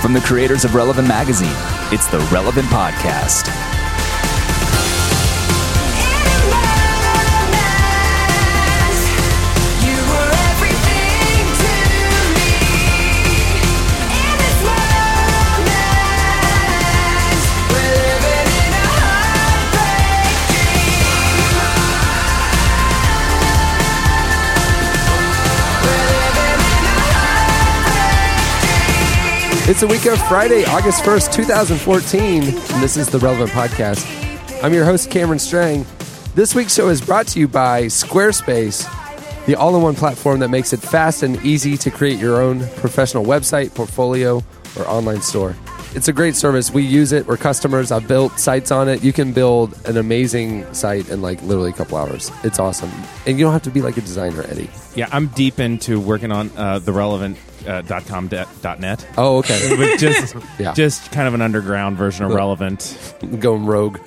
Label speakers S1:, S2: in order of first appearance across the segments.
S1: From the creators of Relevant Magazine, it's the Relevant Podcast.
S2: It's the week of Friday, August 1st, 2014, and this is the Relevant Podcast. I'm your host, Cameron Strang. This week's show is brought to you by Squarespace, the all in one platform that makes it fast and easy to create your own professional website, portfolio, or online store. It's a great service. We use it. We're customers. I've built sites on it. You can build an amazing site in like literally a couple hours. It's awesome. And you don't have to be like a designer, Eddie.
S3: Yeah, I'm deep into working on uh, the relevant uh, dot com de- dot net,
S2: Oh, okay.
S3: which just
S2: Yeah.
S3: just kind of an underground version of relevant.
S2: going rogue.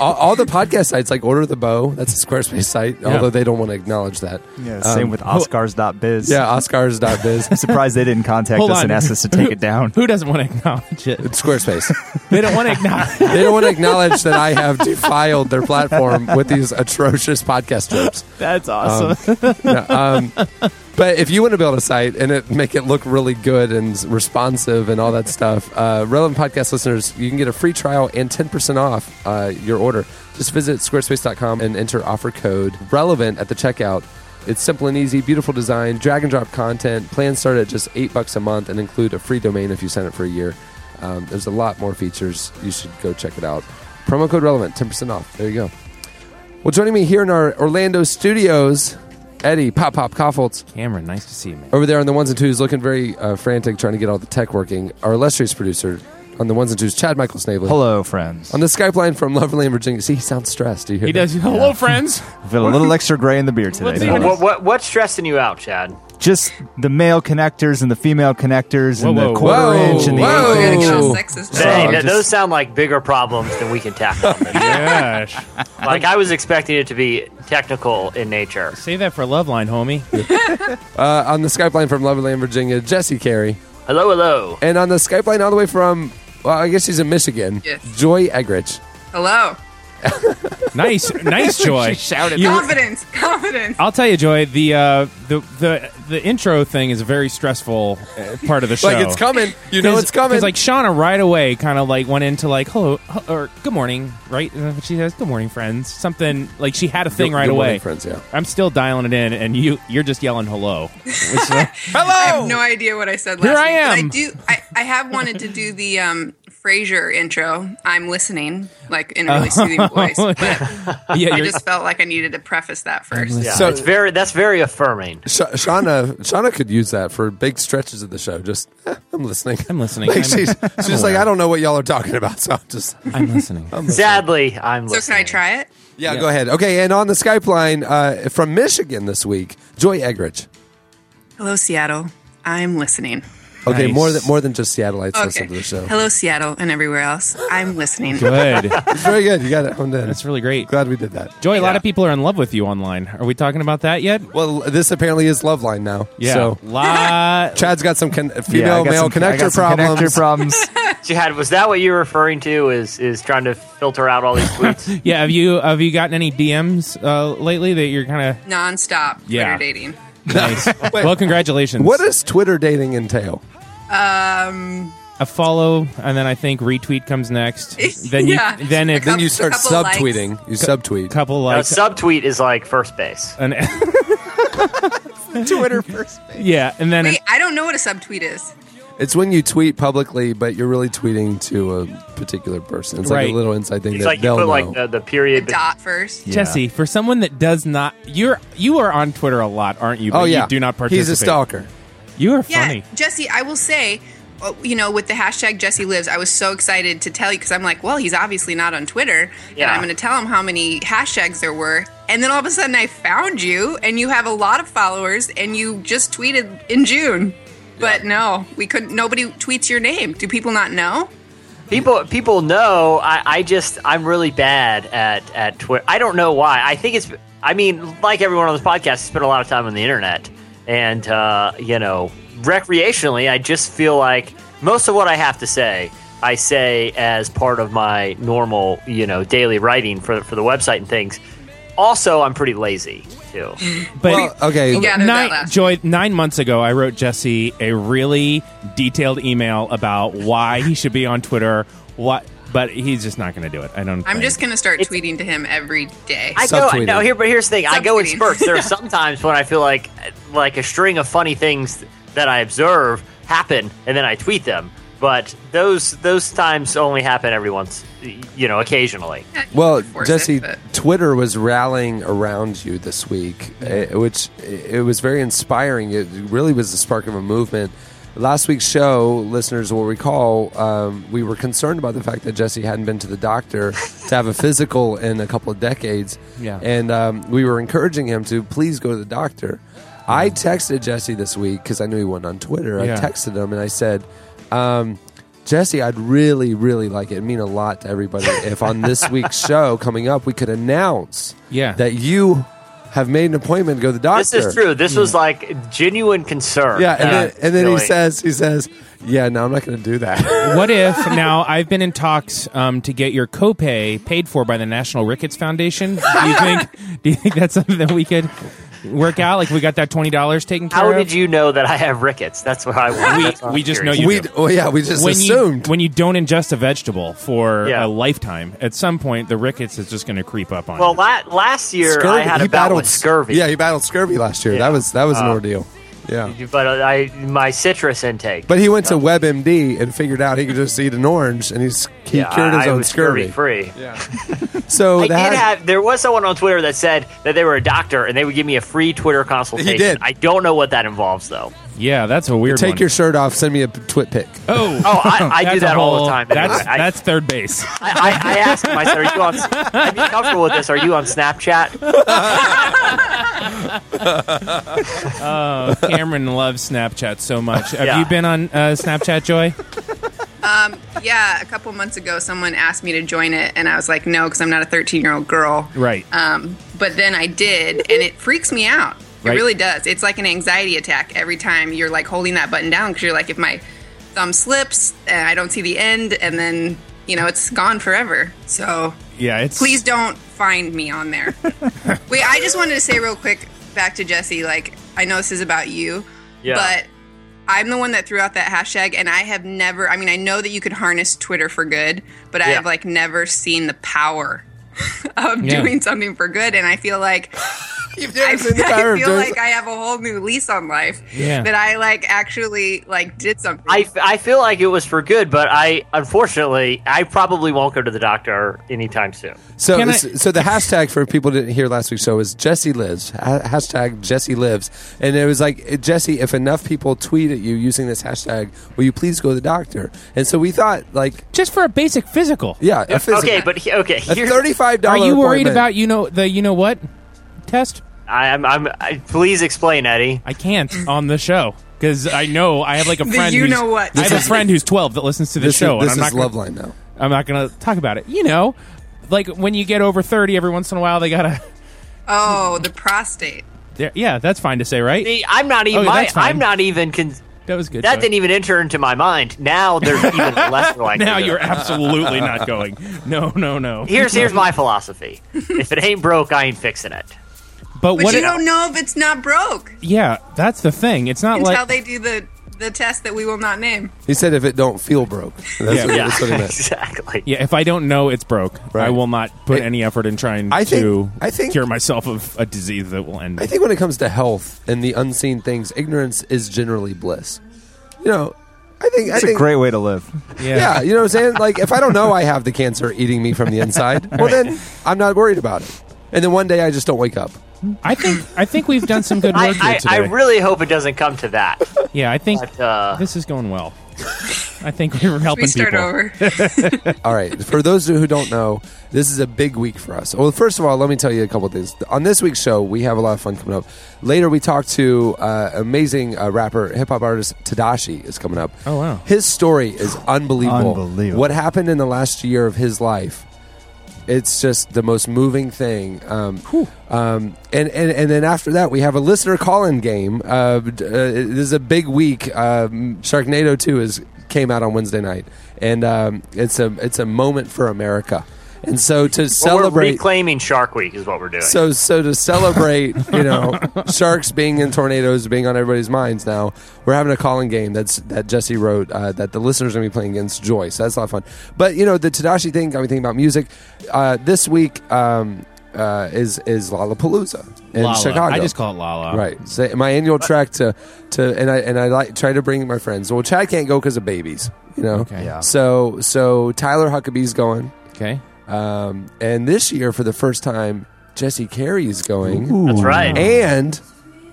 S2: all, all the podcast sites like Order the Bow, that's a Squarespace site, although they don't want to acknowledge that.
S4: Yeah,
S2: Um,
S4: same with Oscars.biz.
S2: Yeah, Oscars.biz.
S4: Surprised they didn't contact
S3: Hold
S4: us
S3: on.
S4: and ask us to take it down.
S3: Who doesn't want to acknowledge it?
S2: Squarespace.
S3: They don't want to acknowledge.
S2: They don't want to acknowledge that I have defiled their platform with these atrocious podcast jokes.
S3: That's
S2: Um,
S3: awesome.
S2: But if you want to build a site and it make it look really good and s- responsive and all that stuff, uh, relevant podcast listeners, you can get a free trial and 10% off uh, your order. Just visit squarespace.com and enter offer code relevant at the checkout. It's simple and easy, beautiful design, drag and drop content. Plans start at just eight bucks a month and include a free domain if you sign up for a year. Um, there's a lot more features. You should go check it out. Promo code relevant, 10% off. There you go. Well, joining me here in our Orlando studios, Eddie Pop Pop Koffoltz
S3: Cameron, nice to see you, man.
S2: over there on the ones and twos, looking very uh, frantic, trying to get all the tech working. Our illustrious producer on the ones and twos, Chad Michael Snavely.
S4: Hello, friends.
S2: On the Skype line from Loverland, Virginia. See, he sounds stressed. Do you hear
S3: He
S2: that?
S3: does. Hello, friends.
S4: I feel a little extra gray in the beard today.
S3: What's
S4: don't
S3: even-
S4: I?
S5: What, what what's stressing you out, Chad?
S4: Just the male connectors and the female connectors and
S3: Whoa, whoa,
S4: the quarter
S2: whoa,
S4: inch and the
S2: whoa.
S4: eighth inch.
S2: Oh.
S5: Dang,
S4: just-
S5: th- those sound like bigger problems than we can tackle.
S3: Gosh,
S5: like I was expecting it to be technical in nature.
S3: say that for Loveline, homie.
S2: Uh, on the Skype line from Loverland, Virginia, Jesse Carey.
S5: Hello, hello.
S2: And on the Skype line all the way from, well, I guess she's in Michigan,
S6: Yes.
S2: Joy Egrich.
S6: Hello.
S3: Nice, nice joy.
S6: confidence. Confidence.
S3: I'll tell you, Joy. The uh, the the the intro thing is a very stressful uh, part of the show.
S2: Like, it's coming. You know
S3: Because-
S2: it's coming.
S3: Because like Shauna right away kind of like went into like hello h- or good morning, right? Is that what She says good morning, friends. Something like she had a thing
S2: Good-
S3: right
S2: good
S3: away.
S2: morning, friends, yeah.
S3: I'm still dialing it in, and you you're just yelling hello.
S6: I have no idea what I said last
S3: Here I
S6: week,
S3: am.
S6: But I do. I, I have wanted to do the um, Frasier intro. I'm listening, like in a really soothing voice. But
S3: Uh-huh. yeah,
S6: I
S3: you're,
S6: just felt like I needed to preface that first.
S5: Yeah,
S2: So-
S5: it's very that's very affirming.
S2: Sh- Shauna, Shauna could use that for big stretches of the show. Just, eh, I'm listening.
S3: I'm listening.
S2: Like,
S3: I'm,
S2: she's she's just like, I don't know what y'all are talking about, so I'm just.
S3: I'm listening.
S5: Sadly, I'm
S6: So
S5: listening.
S6: can I try it?
S2: Yeah, go ahead. Okay, and on the Skype line uh, from Michigan this week, Joy Egrich.
S6: Hello, Seattle. I'm listening.
S2: Okay,
S3: Nice.
S2: more than more than just Seattleites listen
S6: Okay.
S2: to the show.
S6: Hello, Seattle, and everywhere else. I'm listening.
S3: Good.
S2: It's very good. You got it honed in.
S3: That's really great.
S2: Glad we did that.
S3: Joy, a lot of people are in love with you online. Are we talking about that yet?
S2: Well, this apparently is love line now. So
S3: lot.
S2: Chad's got some con-
S4: Yeah, I
S2: female
S4: got
S2: male
S4: some- I
S2: connector
S4: got some
S2: problems.
S4: Connector problems.
S5: Chad, was that what you're referring to? Is is trying to filter out all these tweets?
S3: Yeah. Have you have you gotten any DMs uh, lately that you're kind
S6: Nonstop Twitter
S3: Yeah.
S6: dating.
S3: of nice? well, congratulations.
S2: what does Twitter dating entail?
S3: a follow, and then I think retweet comes next. Then you
S6: Yeah.
S3: then if
S2: Then you
S6: Couple-
S2: start
S6: couple likes.
S2: subtweeting. You subtweet.
S3: couple
S5: A
S3: likes
S5: subtweet is like first base.
S3: an
S2: Twitter first.
S3: yeah, and then
S6: Wait, I don't know what a subtweet is.
S2: It's when you tweet publicly, but you're really tweeting to a particular person. It's like
S3: Right.
S2: a little inside thing
S5: It's
S2: that
S5: like you
S2: they'll
S5: put
S2: know.
S5: like the, the
S6: A
S5: period.
S6: dot first.
S3: Jesse, for someone that does not, you're you are on Twitter a lot, aren't you? But
S2: oh yeah,
S3: you do not participate.
S2: He's a stalker.
S3: You are
S6: Yeah,
S3: funny.
S6: Jesse, I will say, uh, you know, with the hashtag Jesse Lives, I was so excited to tell you because I'm like, well, he's obviously not on Twitter, and
S5: Yeah.
S6: I'm going to tell him how many hashtags there were. And then all of a sudden, I found you, and you have a lot of followers, and you just tweeted in June. But no, we couldn't. Nobody tweets your name. Do people not know?
S5: People people know I, I just I'm really bad at at Twitter. I don't know why. I think it's I mean like everyone on this podcast, I spend a lot of time on the internet, and uh, you know recreationally, I just feel like most of what I have to say, I say as part of my normal, you know, daily writing for for the website and things. Also, I'm pretty lazy too.
S3: But
S2: Well, okay.
S6: You got- gathered that
S3: nine,
S6: last
S3: Joy, nine months ago, I wrote Jesse a really detailed email about why he should be on Twitter. What, but he's just not going to do it. I don't.
S6: I'm
S3: think.
S6: just gonna start tweeting to him every day.
S5: I go
S2: Subtweeting.
S5: no here, but here's the thing. I go in
S6: Subtweeting.
S5: spurts. There are sometimes when I feel like like a string of funny things that I observe happen, and then I tweet them. But those those times only happen every once, you know, occasionally.
S2: Well,
S6: Force it,
S2: Jesse,
S6: but-
S2: Twitter was rallying around you this week,
S6: Mm-hmm.
S2: eh, which it was very inspiring. It really was the spark of a movement. Last week's show, listeners will recall, um, we were concerned about the fact that Jesse hadn't been to the doctor to have a physical in a couple of decades.
S3: Yeah.
S2: And um, we were encouraging him to please go to the doctor. I texted Jesse this week because I knew he wasn't on Twitter.
S3: Yeah.
S2: I texted him and I said, um, Jesse, I'd really, really like it. It'd mean a lot to everybody if on this week's show coming up, we could announce
S3: Yeah.
S2: that you have made an appointment to go to the doctor. Hmm.
S5: This is true. This was like genuine concern.
S2: Yeah, and
S5: that
S2: then,
S5: I'm
S2: and then he
S5: feeling.
S2: says, he says, yeah, no, I'm not going to do that.
S3: what if now I've been in talks um, to get your copay paid for by the National Rickets Foundation? Do you think? do you think that's something that we could work out? Like we got that twenty dollars taken care
S5: "How
S3: of.
S5: did you know that I have rickets?" That's what I. that's what
S3: we
S5: I'm
S3: just
S5: curious.
S3: know You
S2: we,
S3: do.
S2: oh, yeah, we just
S3: when
S2: assumed.
S3: you when you don't ingest a vegetable for
S5: Yeah.
S3: a lifetime, at some point the rickets is just going to creep up on
S5: Well,
S3: you.
S5: la- last year I had a battle with scurvy.
S2: Yeah, he battled scurvy last year.
S5: Yeah. Uh,
S2: That was that was an ordeal. Yeah.
S5: but I my citrus intake.
S2: But he went to WebMD and figured out he could just eat an orange, and he's, he
S5: Yeah,
S2: cured his
S5: I
S2: own
S5: was
S2: scurvy.
S5: free.
S2: So
S5: I
S2: that,
S5: did have. There was someone on Twitter that said that they were a doctor and they would give me a free Twitter consultation.
S2: did.
S5: I don't know what that involves though.
S3: yeah, that's a weird
S2: take
S3: one.
S2: your shirt off, send me a p- twit pic.
S3: oh.
S5: Oh, I, I
S3: That's
S5: do
S3: a
S5: that all
S3: whole-
S5: the time.
S3: That's
S5: anyway. I,
S3: that's third base.
S5: I, I, I asked him. I said, "Are you on? I'd be comfortable with this. Are you on Snapchat?"
S3: Oh, Cameron loves Snapchat so much. Have
S5: Yeah.
S3: you been on uh, Snapchat, Joy?
S6: yeah, a couple months ago, someone asked me to join it, and I was like, no, because I'm not a 13 year old girl.
S3: Right.
S6: Um, but then I did, and it freaks me out. It
S3: Right.
S6: really does. It's like an anxiety attack every time you're like holding that button down because you're like, if my thumb slips and I don't see the end, and then you know it's gone forever. So
S3: yeah, it's
S6: please don't find me on there. Wait, I just wanted to say real quick back to Jesse. Like, I know this is about you,
S5: Yeah.
S6: but I'm the one that threw out that hashtag, and I have never. I mean, I know that you could harness Twitter for good, but I
S5: Yeah.
S6: have like never seen the power of
S3: Yeah.
S6: doing something for good, and I feel like. I,
S2: seen the
S6: I
S2: power of
S6: feel
S2: doing-
S6: like I have a whole new lease on life.
S3: Yeah.
S6: That I like actually like did something.
S5: I, I feel like it was for good, but I unfortunately I probably won't go to the doctor anytime soon.
S2: So,
S3: Can I-
S2: so the hashtag for people who didn't hear last week's show is Jesse Lives. Ha- Hashtag Jesse Lives, and it was like Jesse, if enough people tweet at you using this hashtag, will you please go to the doctor? And so we thought, like,
S3: just for a basic physical.
S2: yeah, a physical,
S5: Okay, but he- okay,
S2: a
S5: here's-
S2: thirty-five
S3: Are
S2: dollars.
S3: you worried about you know the you know what test?
S5: I, I'm I'm I, please explain, Eddie.
S3: I can't on the show because I know I have like a
S6: The
S3: friend.
S6: you
S3: who's-
S6: know what
S3: I have a
S6: test.
S3: friend who's twelve that listens to the
S2: this is-
S3: show,
S2: this
S3: and I'm
S2: is
S3: not gonna,
S2: love line now.
S3: I'm not going to talk about it. You know, like when you get over thirty, every once in a while they gotta.
S6: oh, the prostate.
S3: they're- Yeah, that's fine to say, right?
S5: See, I'm not even.
S3: Okay,
S5: my,
S3: that's fine.
S5: I'm not even. Con-
S3: that was good.
S5: That
S3: Joy.
S5: didn't even enter into my mind. Now there's even less likelihood.
S3: now you're absolutely not going. No, no, no.
S5: Here's here's my philosophy. If it ain't broke, I ain't fixing it.
S3: but
S6: But
S3: what?
S6: you
S3: it-
S6: don't know if it's not broke
S3: yeah, that's the thing. It's not
S6: until
S3: like
S6: they do the the test that we will not name.
S2: He said, if it don't feel broke, that's, what,
S5: Yeah,
S2: that's what he meant.
S5: exactly.
S3: Yeah, if I don't know it's broke, I
S2: Right.
S3: will not put any effort in trying
S2: I think-
S3: to
S2: I think-
S3: cure myself of a disease that will end.
S2: I think when it comes to health and the unseen things, ignorance is generally bliss. You know, I think I
S4: It's a
S2: think
S4: great way to live.
S2: Yeah, you know what I'm saying? Like, if I don't know I have the cancer eating me from the inside, well, then I'm not worried about it. And then one day I just don't wake up.
S3: I think I think we've done some good work here
S5: I,
S3: today.
S5: I, I really hope it doesn't come to that.
S3: yeah, I think
S5: But, uh,
S3: this is going well. I think we were helping
S6: We start
S3: people.
S6: over.
S2: All right. For those who don't know, this is a big week for us. Well, first of all, let me tell you a couple things. On this week's show, we have a lot of fun coming up. Later, we talk to uh, amazing uh, rapper, hip hop artist Tadashi is coming up.
S3: Oh, wow.
S2: His story is unbelievable.
S4: Unbelievable.
S2: What happened in the last year of his life It's just the most moving thing. Um, um, and, and, and then after that, we have a listener call in game. Uh, d- uh, this is a big week. Um, Sharknado 2 is, came out on Wednesday night, and um, it's, a, it's a moment for America. And so to
S5: Well, We're
S2: celebrate.
S5: reclaiming Shark Week is what we're doing.
S2: So so to celebrate, you know, sharks being in tornadoes being on everybody's minds now, we're having a calling game that's that Jesse wrote uh, that the listeners are going to be playing against Joyce. that's a lot of fun. But you know, the Tadashi thing got me thinking about music. Uh, this week um, uh, is is Lollapalooza in
S3: Lala.
S2: Chicago.
S3: I just call it Lala.
S2: Right, so my annual track to to and I and I like try to bring my friends. Well, Chad can't go because of babies, you know.
S3: Okay. Yeah.
S2: So so Tyler Huckabee's going.
S3: Okay.
S2: Um, and this year, for the first time, Jesse Carey is going.
S5: That's right.
S2: And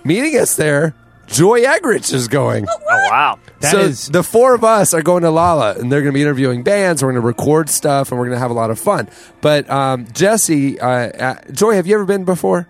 S2: meeting us there, Joy Egrich is going.
S5: Oh wow.
S3: That
S2: so
S3: is-
S2: the four of us are going to Lala, and they're going to be interviewing bands. We're going to record stuff, and we're going to have a lot of fun. But um, Jesse, uh, uh, Joy, have you ever been before?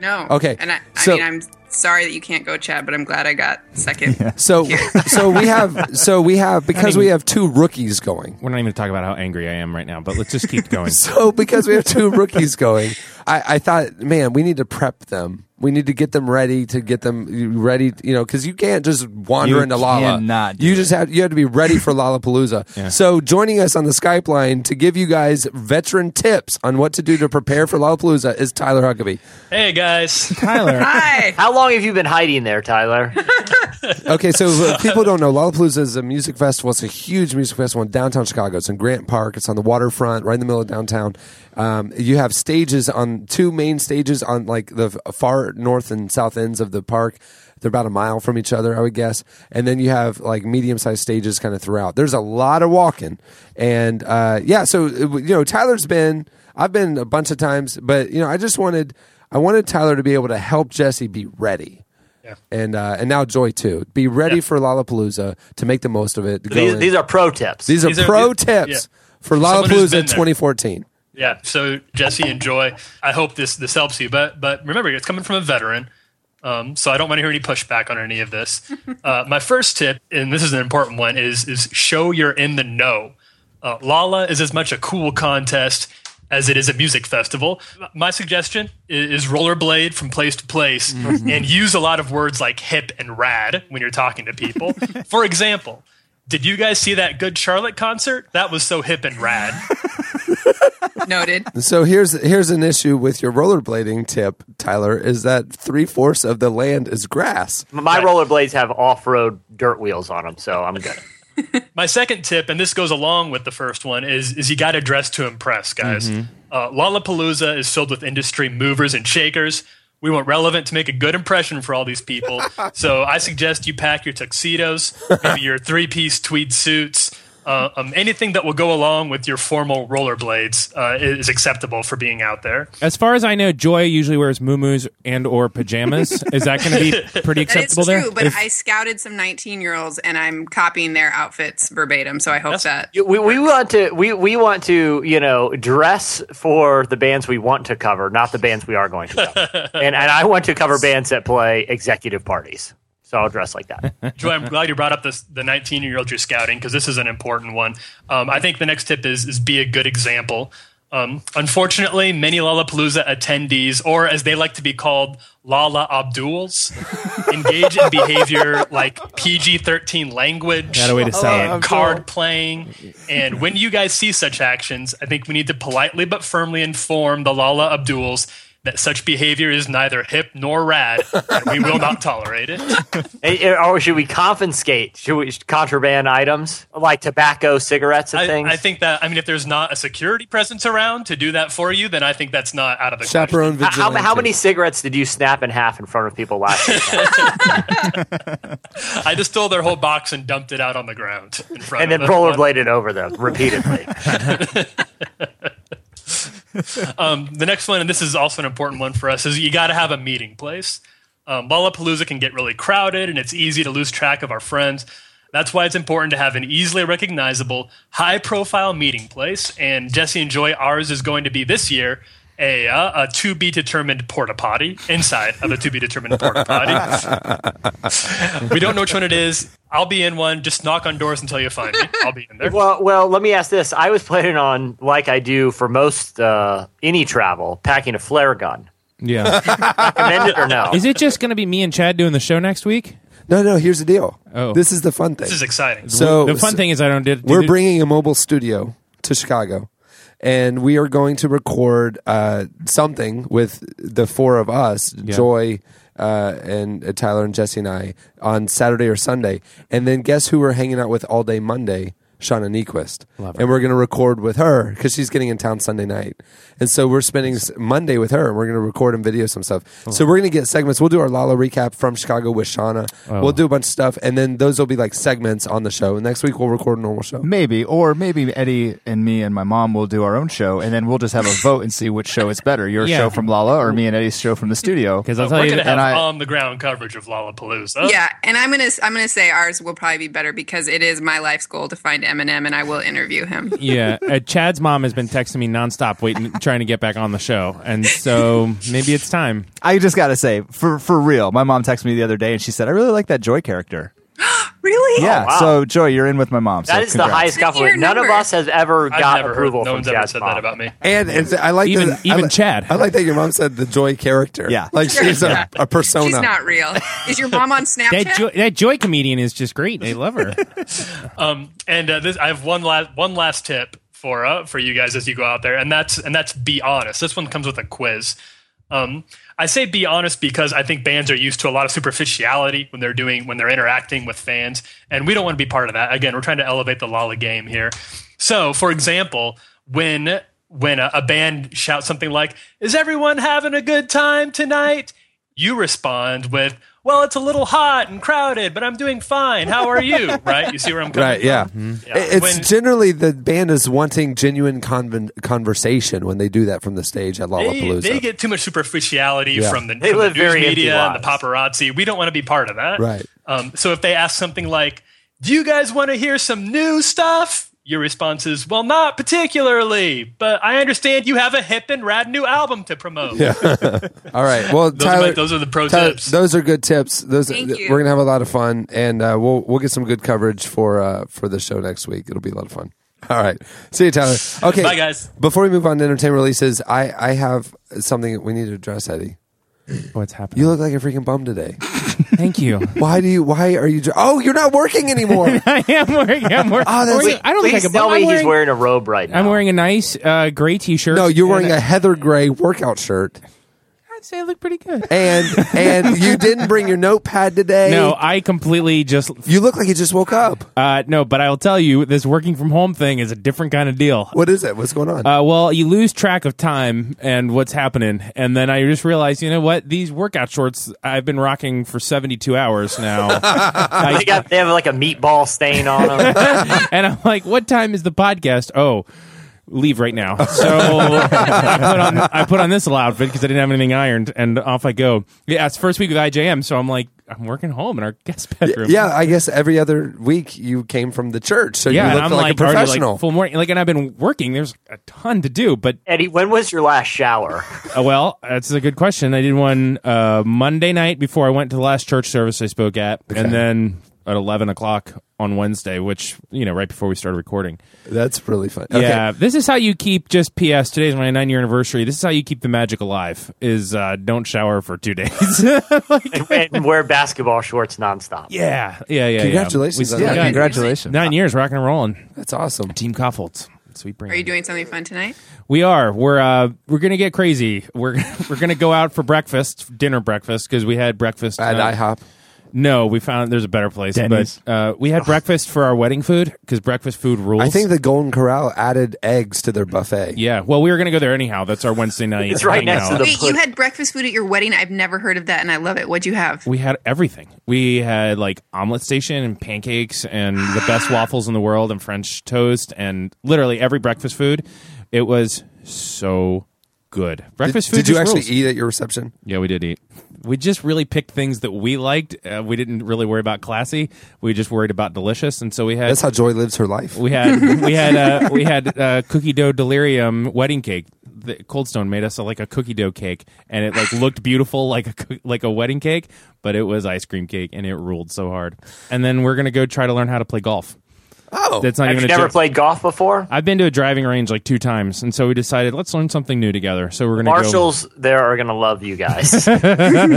S6: No.
S2: Okay,
S6: And I, I
S2: so-
S6: mean, I'm sorry that you can't go, Chad, but I'm glad I got second.
S2: So, so we have, so we have because we have two rookies going.
S3: We're not even talking about how angry I am right now, but let's just keep going.
S2: So because we have two rookies going, I, I thought, man, we need to prep them. We need to get them ready to get them ready, you know, because you can't just wander
S4: You
S2: into Lala.
S4: cannot do
S2: you
S4: it.
S2: just have you have to be ready for Lollapalooza. So joining us on the Skype line to give you guys veteran tips on what to do to prepare for Lollapalooza is Tyler Huckabee.
S7: Hey guys.
S3: Tyler,
S6: Hi.
S5: How long have you been hiding there, Tyler?
S2: Okay, so uh, people don't know Lollapalooza is a music festival. It's a huge music festival in downtown Chicago. It's in Grant Park. It's on the waterfront, right in the middle of downtown. Um, you have stages on two main stages on like the f- far north and south ends of the park. They're about a mile from each other, I would guess. And then you have like medium sized stages kind of throughout. There's a lot of walking, and uh, yeah. So it w- you know, Tyler's been. I've been a bunch of times, but you know, I just wanted. I wanted Tyler to be able to help Jesse be ready and uh, and now Joy too. Be ready for Lollapalooza to make the most of it. Go
S5: these,
S2: in.
S5: these are pro tips.
S2: These are
S7: these are-
S2: pro
S7: yeah.
S2: tips for
S7: Someone who's
S2: Lollapalooza
S7: been there.
S2: 2014.
S7: Yeah. So Jesse and Joy, I hope this this helps you. But but remember, it's coming from a veteran, um, so I don't want to hear any pushback on any of this. Uh, my first tip, and this is an important one, is is show you're in the know. Uh, Lala is as much a cool contest as it is a music festival. M- My suggestion i- is rollerblade from place to place and use a lot of words like hip and rad when you're talking to people. For example. Did you guys see that Good Charlotte concert? That was so hip and rad.
S6: Noted.
S2: So here's here's an issue with your rollerblading tip, Tyler, is that three fourths of the land is grass.
S5: My rollerblades have off-road dirt wheels on them, so I'm good.
S7: My second tip, and this goes along with the first one, is is you got to dress to impress, guys. Uh, Lollapalooza is filled with industry movers and shakers. We want relevant to make a good impression for all these people, so I suggest you pack your tuxedos, maybe your three-piece tweed suits. Uh, um, anything that will go along with your formal rollerblades uh, is acceptable for being out there.
S3: as far as I know, Joy usually wears muumuus and or pajamas. Is that going to be pretty
S6: That is
S3: acceptable
S6: true,
S3: there?
S6: but
S3: If-
S6: I scouted some 19 year olds and I'm copying their outfits verbatim. So I hope that.
S5: You- We, we want to we, we want to you know dress for the bands we want to cover, not the bands we are going to cover. and, and I want to cover bands that play executive parties, so I'll dress like that.
S7: Joy, I'm glad you brought up this the 19 year old you're scouting because this is an important one. Um, I think the next tip is is be a good example. Um, unfortunately, many Lollapalooza attendees, or as they like to be called, Lala Abduls, engage in behavior like PG 13 language
S3: Got a way to
S6: Oh,
S3: sell
S7: and
S3: it.
S7: card playing. And when you guys see such actions, I think we need to politely but firmly inform the Lala Abduls that such behavior is neither hip nor rad, and we will not tolerate it.
S5: And- and- or should we confiscate? Should we contraband items like tobacco, cigarettes, and
S7: I,
S5: things?
S7: I think that I mean, if there's not a security presence around to do that for you, then I think that's not out of the
S2: Chaperone
S5: How- how,
S2: vigilante.
S5: how many cigarettes did you snap in half in front of people last year?
S7: question. I just stole their whole box and dumped it out on the ground in front
S5: and
S7: of
S5: then
S7: them.
S5: rollerbladed over them repeatedly?
S7: The next one, and this is also an important one for us, is you got to have a meeting place. Um, Lollapalooza can get really crowded, and it's easy to lose track of our friends. That's why it's important to have an easily recognizable, high profile meeting place. And Jesse and Joy, ours is going to be this year a uh, a to be determined porta potty inside of a to be determined porta potty. we don't know which one it is. I'll be in one. Just knock on doors until you find me. I'll be in there.
S5: Well, well, let me ask this. I was planning on, like I do for most uh, any travel, packing a flare gun.
S3: Yeah.
S5: Recommend it or no?
S3: Is it just going to be me and Chad doing the show next week?
S2: No, no. Here's the deal.
S3: Oh.
S2: This is the fun thing.
S7: This is exciting.
S2: so
S3: the fun
S2: Oh, so
S3: thing is I don't did.
S2: we're bringing a mobile studio to Chicago, and we are going to record uh, something with the four of us, Joy. Uh, and uh, Tyler and Jesse and I on Saturday or Sunday, and then guess who we're hanging out with all day Monday? Shauna Nequist, and we're going to record with her because she's getting in town Sunday night, and so we're spending s- Monday with her, and we're going to record and video some stuff.
S3: Oh.
S2: So we're going to get segments. We'll do our Lala recap from Chicago with Shauna.
S3: Oh.
S2: We'll do a bunch of stuff, and then those will be like segments on the show. And next week we'll record a normal show.
S4: Maybe, or maybe Eddie and me and my mom will do our own show, and then we'll just have a vote and see which show is better: your
S3: Yeah.
S4: show from Lala or me and Eddie's show from the studio.
S3: because I'll
S7: We're
S3: tell you.
S7: gonna
S3: that-
S7: have
S4: and I-
S7: on the ground coverage of Lollapalooza.
S6: Yeah, and I'm gonna I'm gonna say ours will probably be better because it is my life's goal to find Eminem, and I will interview him.
S3: Yeah, uh, Chad's mom has been texting me nonstop, waiting, trying to get back on the show, and so maybe it's time.
S4: I just gotta say, for for real, my mom texted me the other day and she said, "I really like that Joy character."
S6: really?
S4: yeah.
S5: Oh, wow.
S4: So Joy, you're in with my mom.
S5: That
S4: so
S5: is the
S4: congrats.
S5: highest
S6: Good to hear
S5: compliment. None of
S6: number.
S5: us has ever
S7: I've
S5: got
S7: never heard.
S5: approval
S7: No
S5: from
S7: one's ever
S5: Chad's
S7: said
S5: mom.
S7: that about me.
S2: And, and I like
S3: Even-
S2: that,
S3: even
S2: I li-
S3: Chad.
S2: I like that your mom said the Joy character.
S4: Yeah.
S2: like she's a, a persona.
S6: She's not real. Is your mom on Snapchat?
S3: That joy, that joy comedian is just great. They love her.
S7: And uh, this, I have one last one last tip for uh, for you guys as you go out there, and that's and that's be honest. This one comes with a quiz. Um, I say be honest because I think bands are used to a lot of superficiality when they're doing when they're interacting with fans, and we don't want to be part of that. Again, we're trying to elevate the Lala game here. So, for example, when when a, a band shouts something like "Is everyone having a good time tonight?" you respond with "Well, it's a little hot and crowded, but I'm doing fine. How are you?" Right? You see where I'm coming
S2: Right, yeah.
S6: Mm-hmm.
S2: I- It's
S7: When-
S2: generally the band is wanting genuine conven- conversation when they do that from the stage at
S7: they,
S2: Lollapalooza.
S7: they get too much superficiality
S2: Yeah.
S7: from the,
S5: They
S7: from the
S5: live
S7: news
S5: very empty
S7: media and the
S5: lives.
S7: paparazzi. We don't want to be part of that.
S2: Right.
S7: Um, so if they ask something like, "Do you guys want to hear some new stuff?" Your response is, "Well, not particularly, but I understand you have a hip and rad new album to promote." Yeah.
S2: All right. Well,
S7: Those, are,
S2: Tyler,
S7: my- those are the pro
S2: Tyler,
S7: tips.
S2: those are good tips. Those
S6: Thank
S2: th-
S6: you.
S2: we're gonna have a lot of fun, and uh, we'll we'll get some good coverage for uh, for the show next week. It'll be a lot of fun. All right, see you, Tyler. Okay,
S7: Bye, guys.
S2: Before we move on to entertainment releases, I I have something that we need to address, Eddie.
S3: What's happening?
S2: You look like a freaking bum today.
S3: Thank you.
S2: Why do you? Why are you? dr- Oh, you're not working anymore.
S3: I am wearing. I'm wearing.
S2: Oh, that's-
S3: wearing- I don't
S5: Please
S3: think I can.
S5: tell
S3: I'm
S5: me
S3: wearing,
S5: he's wearing a robe right now.
S3: I'm wearing a nice uh, gray T-shirt.
S2: no, you're
S3: and
S2: wearing a
S3: I-
S2: heather gray workout shirt,
S3: I'd say I look pretty good.
S2: and and you didn't bring your notepad today.
S3: No, I completely just
S2: you look like you just woke up.
S3: uh, no. But I'll tell you, this working from home thing is a different kind of deal.
S2: What is it? What's going on?
S3: Uh, well, you lose track of time and what's happening, and then I just realized, you know what? These workout shorts I've been rocking for seventy-two hours now, I-
S5: They, got, they have like a meatball stain on them.
S3: and I'm like, what time is the podcast? Oh, leave right now. So I put on I put on this little outfit because I didn't have anything ironed, and off I go. Yeah, it's first week with IJM, so I'm like, I'm working home in our guest bedroom.
S2: Yeah, I guess every other week you came from the church, so
S3: Yeah,
S2: you
S3: and
S2: looked
S3: I'm
S2: like,
S3: like,
S2: a
S3: already, like,
S2: professional.
S3: full morning, like, and I've been working. There's a ton to do, but
S5: Eddie, when was your last shower?
S3: Uh, well, that's a good question. I did one uh, Monday night before I went to the last church service I spoke at, and then at eleven o'clock on Wednesday, which you know, right before we started recording.
S2: That's really fun. Okay.
S3: Yeah, this is how you keep. Just P.S. Today's my nine year anniversary. This is how you keep the magic alive: is uh, don't shower for two days. Like,
S5: and wear basketball shorts nonstop.
S3: yeah, yeah, yeah.
S2: Congratulations
S3: Yeah.
S2: on
S3: We-
S2: that.
S3: yeah,
S4: congratulations.
S3: Nine years rocking and rolling.
S2: that's awesome.
S3: Team Koffolds. Sweet brain.
S6: Are you doing something fun tonight?
S3: We are. We're uh, we're gonna get crazy. We're we're gonna go out for breakfast, dinner breakfast, because we had breakfast
S2: At
S3: uh,
S2: IHOP,
S3: No, we found there's a better place.
S4: Denny's.
S3: But uh, we had breakfast for our wedding food because breakfast food rules.
S2: I think the Golden Corral added eggs to their buffet.
S3: yeah. Well, we were gonna go there anyhow. That's our Wednesday night.
S5: It's right next
S3: hangout.
S5: to The
S6: Wait,
S5: put-
S6: you had breakfast food at your wedding? I've never heard of that, and I love it. What'd you have?
S3: We had everything. We had like omelet station and pancakes and the best waffles in the world and French toast and literally every breakfast food. It was so good. Breakfast food.
S2: Did you
S3: just
S2: actually
S3: rules.
S2: eat at your reception?
S3: Yeah, we did eat. we just really picked things that we liked. Uh, we didn't really worry about classy. We just worried about delicious, and so we had
S2: That's how Joy lives her life.
S3: we had we had uh, we had uh, cookie dough delirium wedding cake. The Cold Stone made us a, like a cookie dough cake, and it like looked beautiful, like a coo- like a wedding cake, but it was ice cream cake, and it ruled so hard. And then we're gonna go try to learn how to play golf.
S2: oh,
S3: That's not
S5: Have
S3: even
S5: you
S3: a
S5: never
S3: joke.
S5: played golf before?
S3: I've been to a driving range like two times, and so we decided let's learn something new together. So we're gonna go.
S5: Marshals there are gonna love you guys. they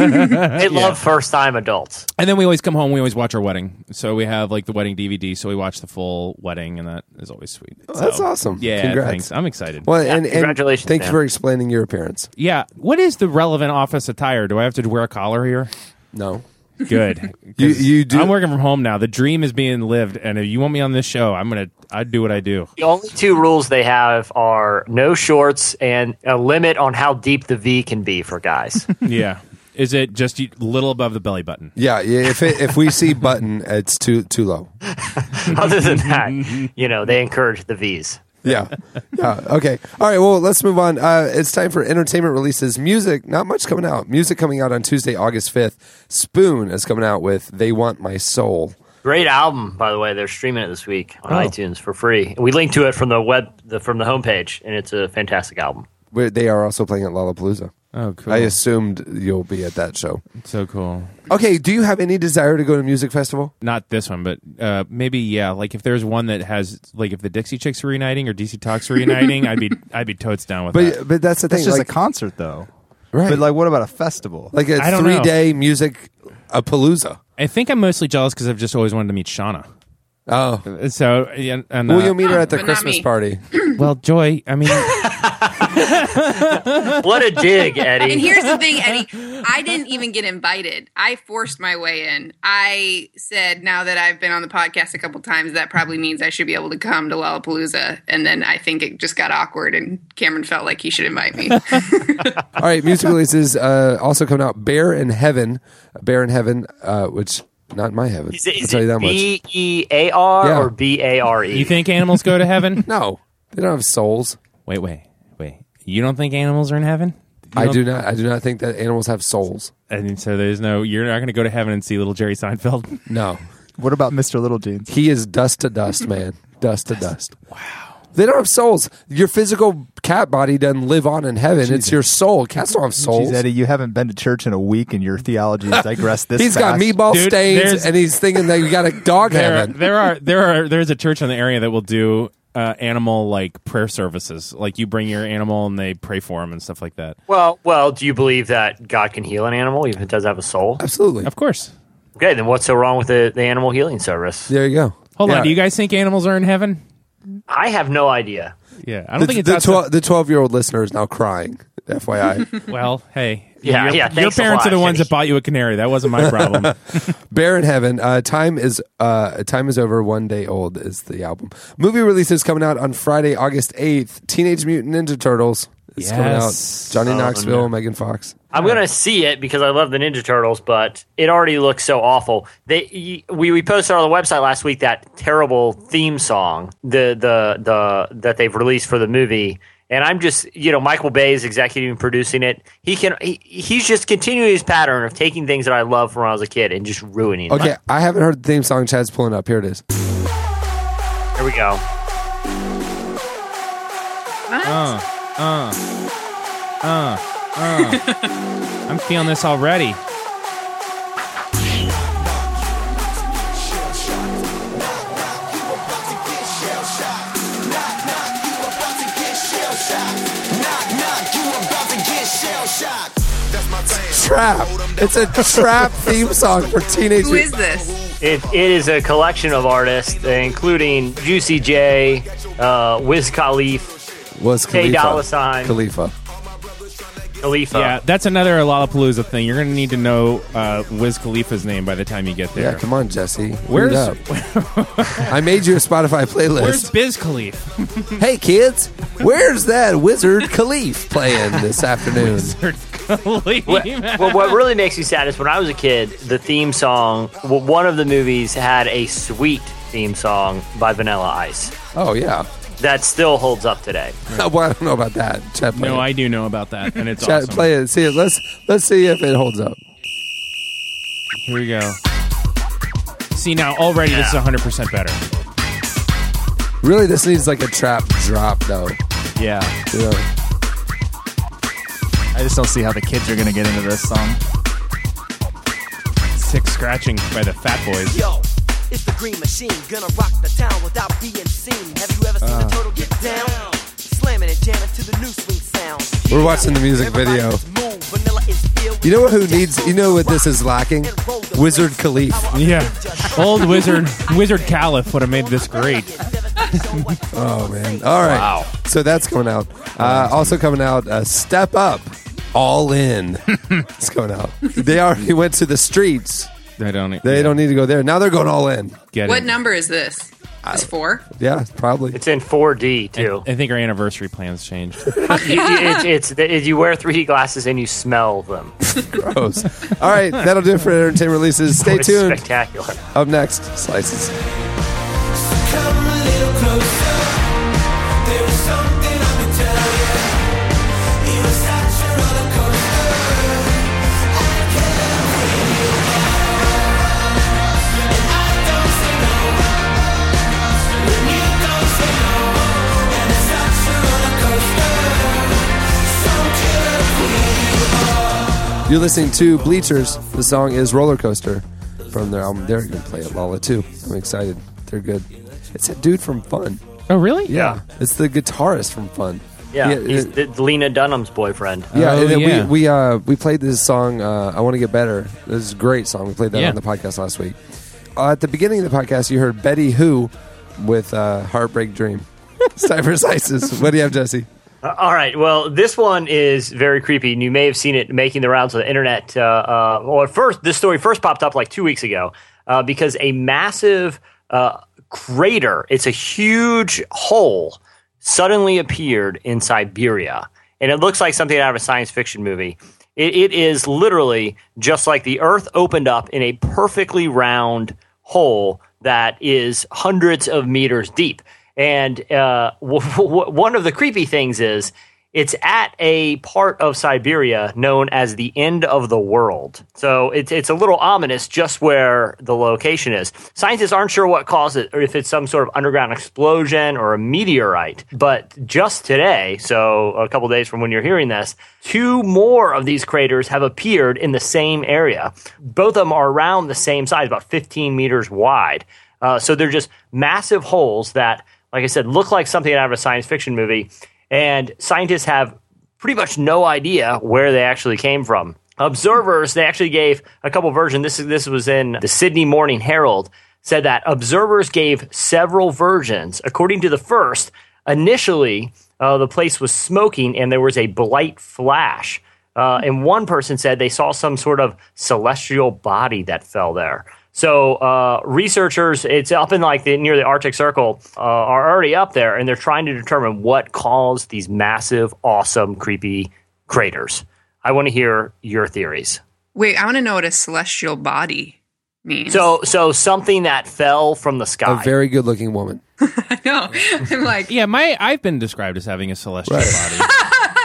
S5: love first time adults.
S3: And then we always come home. We always watch our wedding. So we have like the wedding DVD. So we watch the full wedding, and that is always sweet.
S2: that's
S3: So,
S2: awesome.
S3: Yeah,
S2: Congrats.
S3: thanks. I'm excited.
S2: Well, and, and
S5: congratulations,
S2: Thank you
S5: man.
S2: for explaining your appearance.
S3: yeah. What is the relevant office attire? Do I have to wear a collar here?
S2: No.
S3: Good.
S2: You- you do-
S3: I'm working from home now. The dream is being lived, and if you want me on this show, I'm gonna. I do what I do.
S5: The only two rules they have are no shorts and a limit on how deep the V can be for guys.
S3: Yeah. Is it just a little above the belly button?
S2: Yeah, yeah. If it, if we see button, it's too too low.
S5: Other than that, you know, they encourage the V's.
S2: Yeah, yeah. Okay. All right. Well, let's move on. Uh, it's time for entertainment releases. Music. Not much coming out. Music coming out on Tuesday, August fifth. Spoon is coming out with "They Want My Soul."
S5: Great album, by the way. They're streaming it this week on
S3: Oh.
S5: iTunes for free. We linked to it from the web the, from the homepage, and it's a fantastic album.
S2: Where They are also playing at Lollapalooza.
S3: Oh, cool.
S2: I assumed you'll be at that show.
S3: so cool.
S2: Okay. Do you have any desire to go to a music festival?
S3: Not this one, but uh, maybe yeah. Like if there's one that has like if the Dixie Chicks are reuniting or DC Talks are reuniting, I'd be I'd be totes down with
S2: But
S3: that.
S2: but that's the
S4: That's
S2: thing.
S4: just
S2: like,
S4: a concert, though.
S2: Right.
S4: But like, what about a festival?
S2: like
S3: I
S2: a
S3: don't know.
S2: three day music a palooza.
S3: I think I'm mostly jealous because I've just always wanted to meet Shauna.
S2: Oh.
S3: So yeah, and, uh,
S2: Well, you'll meet her at the
S6: But not
S2: Christmas
S6: me.
S2: party.
S3: well, Joy. I mean,
S5: What a dig, Eddie.
S6: And here's the thing, Eddie. I didn't even get invited. I forced my way in. I said, now that I've been on the podcast a couple times, that probably means I should be able to come to Lollapalooza. And then I think it just got awkward, and Cameron felt like he should invite me.
S2: All right, music releases uh, also coming out. Bear in Heaven, Bear in Heaven, uh, which not my heaven.
S5: Is it-
S2: I'll
S5: is
S2: tell you
S5: it
S2: that much.
S5: B E A R
S2: Yeah.
S5: or B A R E?
S3: you think animals go to heaven?
S2: No, they don't have souls.
S3: Wait, wait, wait. You don't think animals are in heaven? You
S2: I
S3: don't-
S2: do not. I do not think that animals have souls.
S3: And so there's no. You're not going to go to heaven and see little Jerry Seinfeld.
S2: No,
S4: what about Mr. Little Jeans?
S2: he is dust to dust, man. Dust to dust. Wow. They don't have souls. Your physical cat body doesn't live on in heaven. It's your soul. Cats don't have souls.
S4: Jeez, Eddie, you haven't been to church in a week, and your theology has digressed this.
S2: He's got
S4: fast.
S2: meatball
S3: Dude,
S2: stains,
S3: there's-
S2: and he's thinking that you got a dog
S3: there,
S2: heaven.
S3: there are there are there's a church in the area that will do uh, animal like prayer services. Like you bring your animal and they pray for him and stuff like that.
S5: Well, well, do you believe that God can heal an animal even if it doesn't have a soul?
S2: Absolutely.
S3: Of course.
S5: Okay, then what's so wrong with the, the animal healing service?
S2: There you go.
S3: Hold
S2: Yeah.
S3: on. Do you guys think animals are in heaven?
S5: I have no idea.
S3: Yeah, I don't
S2: The,
S3: think it's
S2: the,
S3: outside-
S2: 12, the 12 year old listener is now crying. FYI.
S3: Well, hey.
S5: Yeah,
S3: your,
S5: yeah,
S3: Your
S5: thanks a
S3: parents
S5: lot,
S3: are the ones
S5: Jenny.
S3: that bought you a canary. That wasn't my problem.
S2: Bear in Heaven. Uh, time is uh, time is over. One day old is the album. Movie releases coming out on Friday, August eighth. Teenage Mutant Ninja Turtles is coming out.
S3: Yes.
S2: Johnny
S5: Oh,
S2: Knoxville,
S5: no.
S2: Megan Fox.
S5: I'm gonna see it because I love the Ninja Turtles, but it already looks so awful. They y- we, we posted on the website last week that terrible theme song the the the that they've released for the movie, and I'm just you know Michael Bay is executive producing it. He can he, he's just continuing his pattern of taking things that I loved from when I was a kid and just ruining.
S2: Okay,
S5: them.
S2: I haven't heard the theme song. Chad's pulling up. Here it is.
S5: here we go.
S3: I'm feeling this already.
S2: Trap. It's a trap theme song for teenage.
S6: Who is
S2: Mutant.
S6: this?
S5: It, it is a collection of artists, including Juicy J, uh, Wiz Khalif,
S2: Was
S5: K
S2: Khalifa.
S5: Dolla Sign.
S2: Khalifa.
S5: Khalifa.
S3: Yeah, that's another Lollapalooza thing. You're going to need to know uh, Wiz Khalifa's name by the time you get
S2: Yeah,
S3: there.
S2: come on, Jesse.
S3: Where's-
S2: Where's I made you a Spotify
S3: Where's
S2: playlist.
S3: Biz Khalif?
S2: Hey kids, where's that wizard Khalif playing this afternoon?
S3: Khalif.
S5: What, well, what really makes me sad is when I was a kid, the theme song, well, one of the movies had a sweet theme song by Vanilla Ice
S2: Oh yeah.
S5: that still holds up today.
S2: Well, I don't know about that. Chad, play
S3: No,
S2: it.
S3: I do know about that, and it's
S2: Chad,
S3: awesome.
S2: play it. See it. Let's let's see if it holds up.
S3: Here we go. See now, already this is
S7: Yeah.
S3: 100 percent better.
S2: Really, this needs like a trap drop though.
S4: Yeah.
S2: You know?
S4: I just don't see how the kids are going to get into this song.
S3: Sick scratching by the Fat Boys.
S8: Yo, it's the green machine, gonna rock the town without being seen. Have you ever seen
S2: Ah.
S8: a turtle get down? Slamming and jamming to the new swing sound.
S2: We're watching the music video. You know who needs? You know what this is lacking? Wizard Khalif.
S3: Yeah, old wizard, wizard Caliph would have made this great.
S8: oh
S2: Man. All right. So that's coming out. Uh, also coming out, uh, Step Up, All In. it's coming out. They already went to the streets.
S3: They don't. e-
S2: They don't need to go there. Now they're going all in.
S3: get
S6: What
S3: it.
S6: number is this? Is four?
S2: Yeah, probably.
S5: It's in 4D too.
S3: I think our anniversary plans changed.
S5: you, you- it's, it's, it- you wear 3D glasses and you smell them.
S2: Gross. all right. That'll do it for entertainment releases. Stay
S5: It's
S2: tuned.
S5: spectacular.
S2: Up next, Slices. You're listening to Bleachers. The song is Roller Coaster from their album. They're going to play at Lala too. I'm excited. They're good. It's that dude from Fun.
S3: oh, really?
S2: Yeah. It's the guitarist from Fun.
S5: Yeah, he's
S2: it-
S5: the, Lena Dunham's boyfriend.
S2: Yeah,
S3: Oh,
S2: and then
S3: yeah.
S2: we we uh, we played this song. Uh, I want to get better. This is a great song. We played that
S3: Yeah.
S2: on the podcast last week. Uh, at the beginning of the podcast, you heard Betty Who with uh, "Heartbreak Dream." Cyber Slices. What do you have, Jesse?
S5: Uh, all right. Well, this one is very creepy, and you may have seen it making the rounds on the internet. Uh, uh, well, at first, this story first popped up like two weeks ago uh, because a massive uh, crater, it's a huge hole, suddenly appeared in Siberia. And it looks like something out of a science fiction movie. It, it is literally just like the Earth opened up in a perfectly round hole that is hundreds of meters deep. And uh, w- w- one of the creepy things is it's at a part of Siberia known as the end of the world. So it's, it's a little ominous just where the location is. Scientists aren't sure what caused it or if it's some sort of underground explosion or a meteorite. But just today, so a couple days from when you're hearing this, two more of these craters have appeared in the same area. Both of them are around the same size, about 15 meters wide. Uh, so they're just massive holes that, like I said, look like something out of a science fiction movie. And scientists have pretty much no idea where they actually came from. Observers, they actually gave a couple versions. This, is- this was in the Sydney Morning Herald, said that observers gave several versions. According to the first, initially uh, the place was smoking and there was a blight flash. Uh, and one person said they saw some sort of celestial body that fell there. So uh, researchers, it's up in like the, near the Arctic Circle, uh, are already up there, and they're trying to determine what caused these massive, awesome, creepy craters. I want to hear your theories.
S6: Wait, I want to know what a celestial body means.
S5: So, so something that fell from the
S2: A
S5: sky.
S2: very good-looking woman.
S6: I know. I'm like,
S3: Yeah, my I've been described as having a celestial body.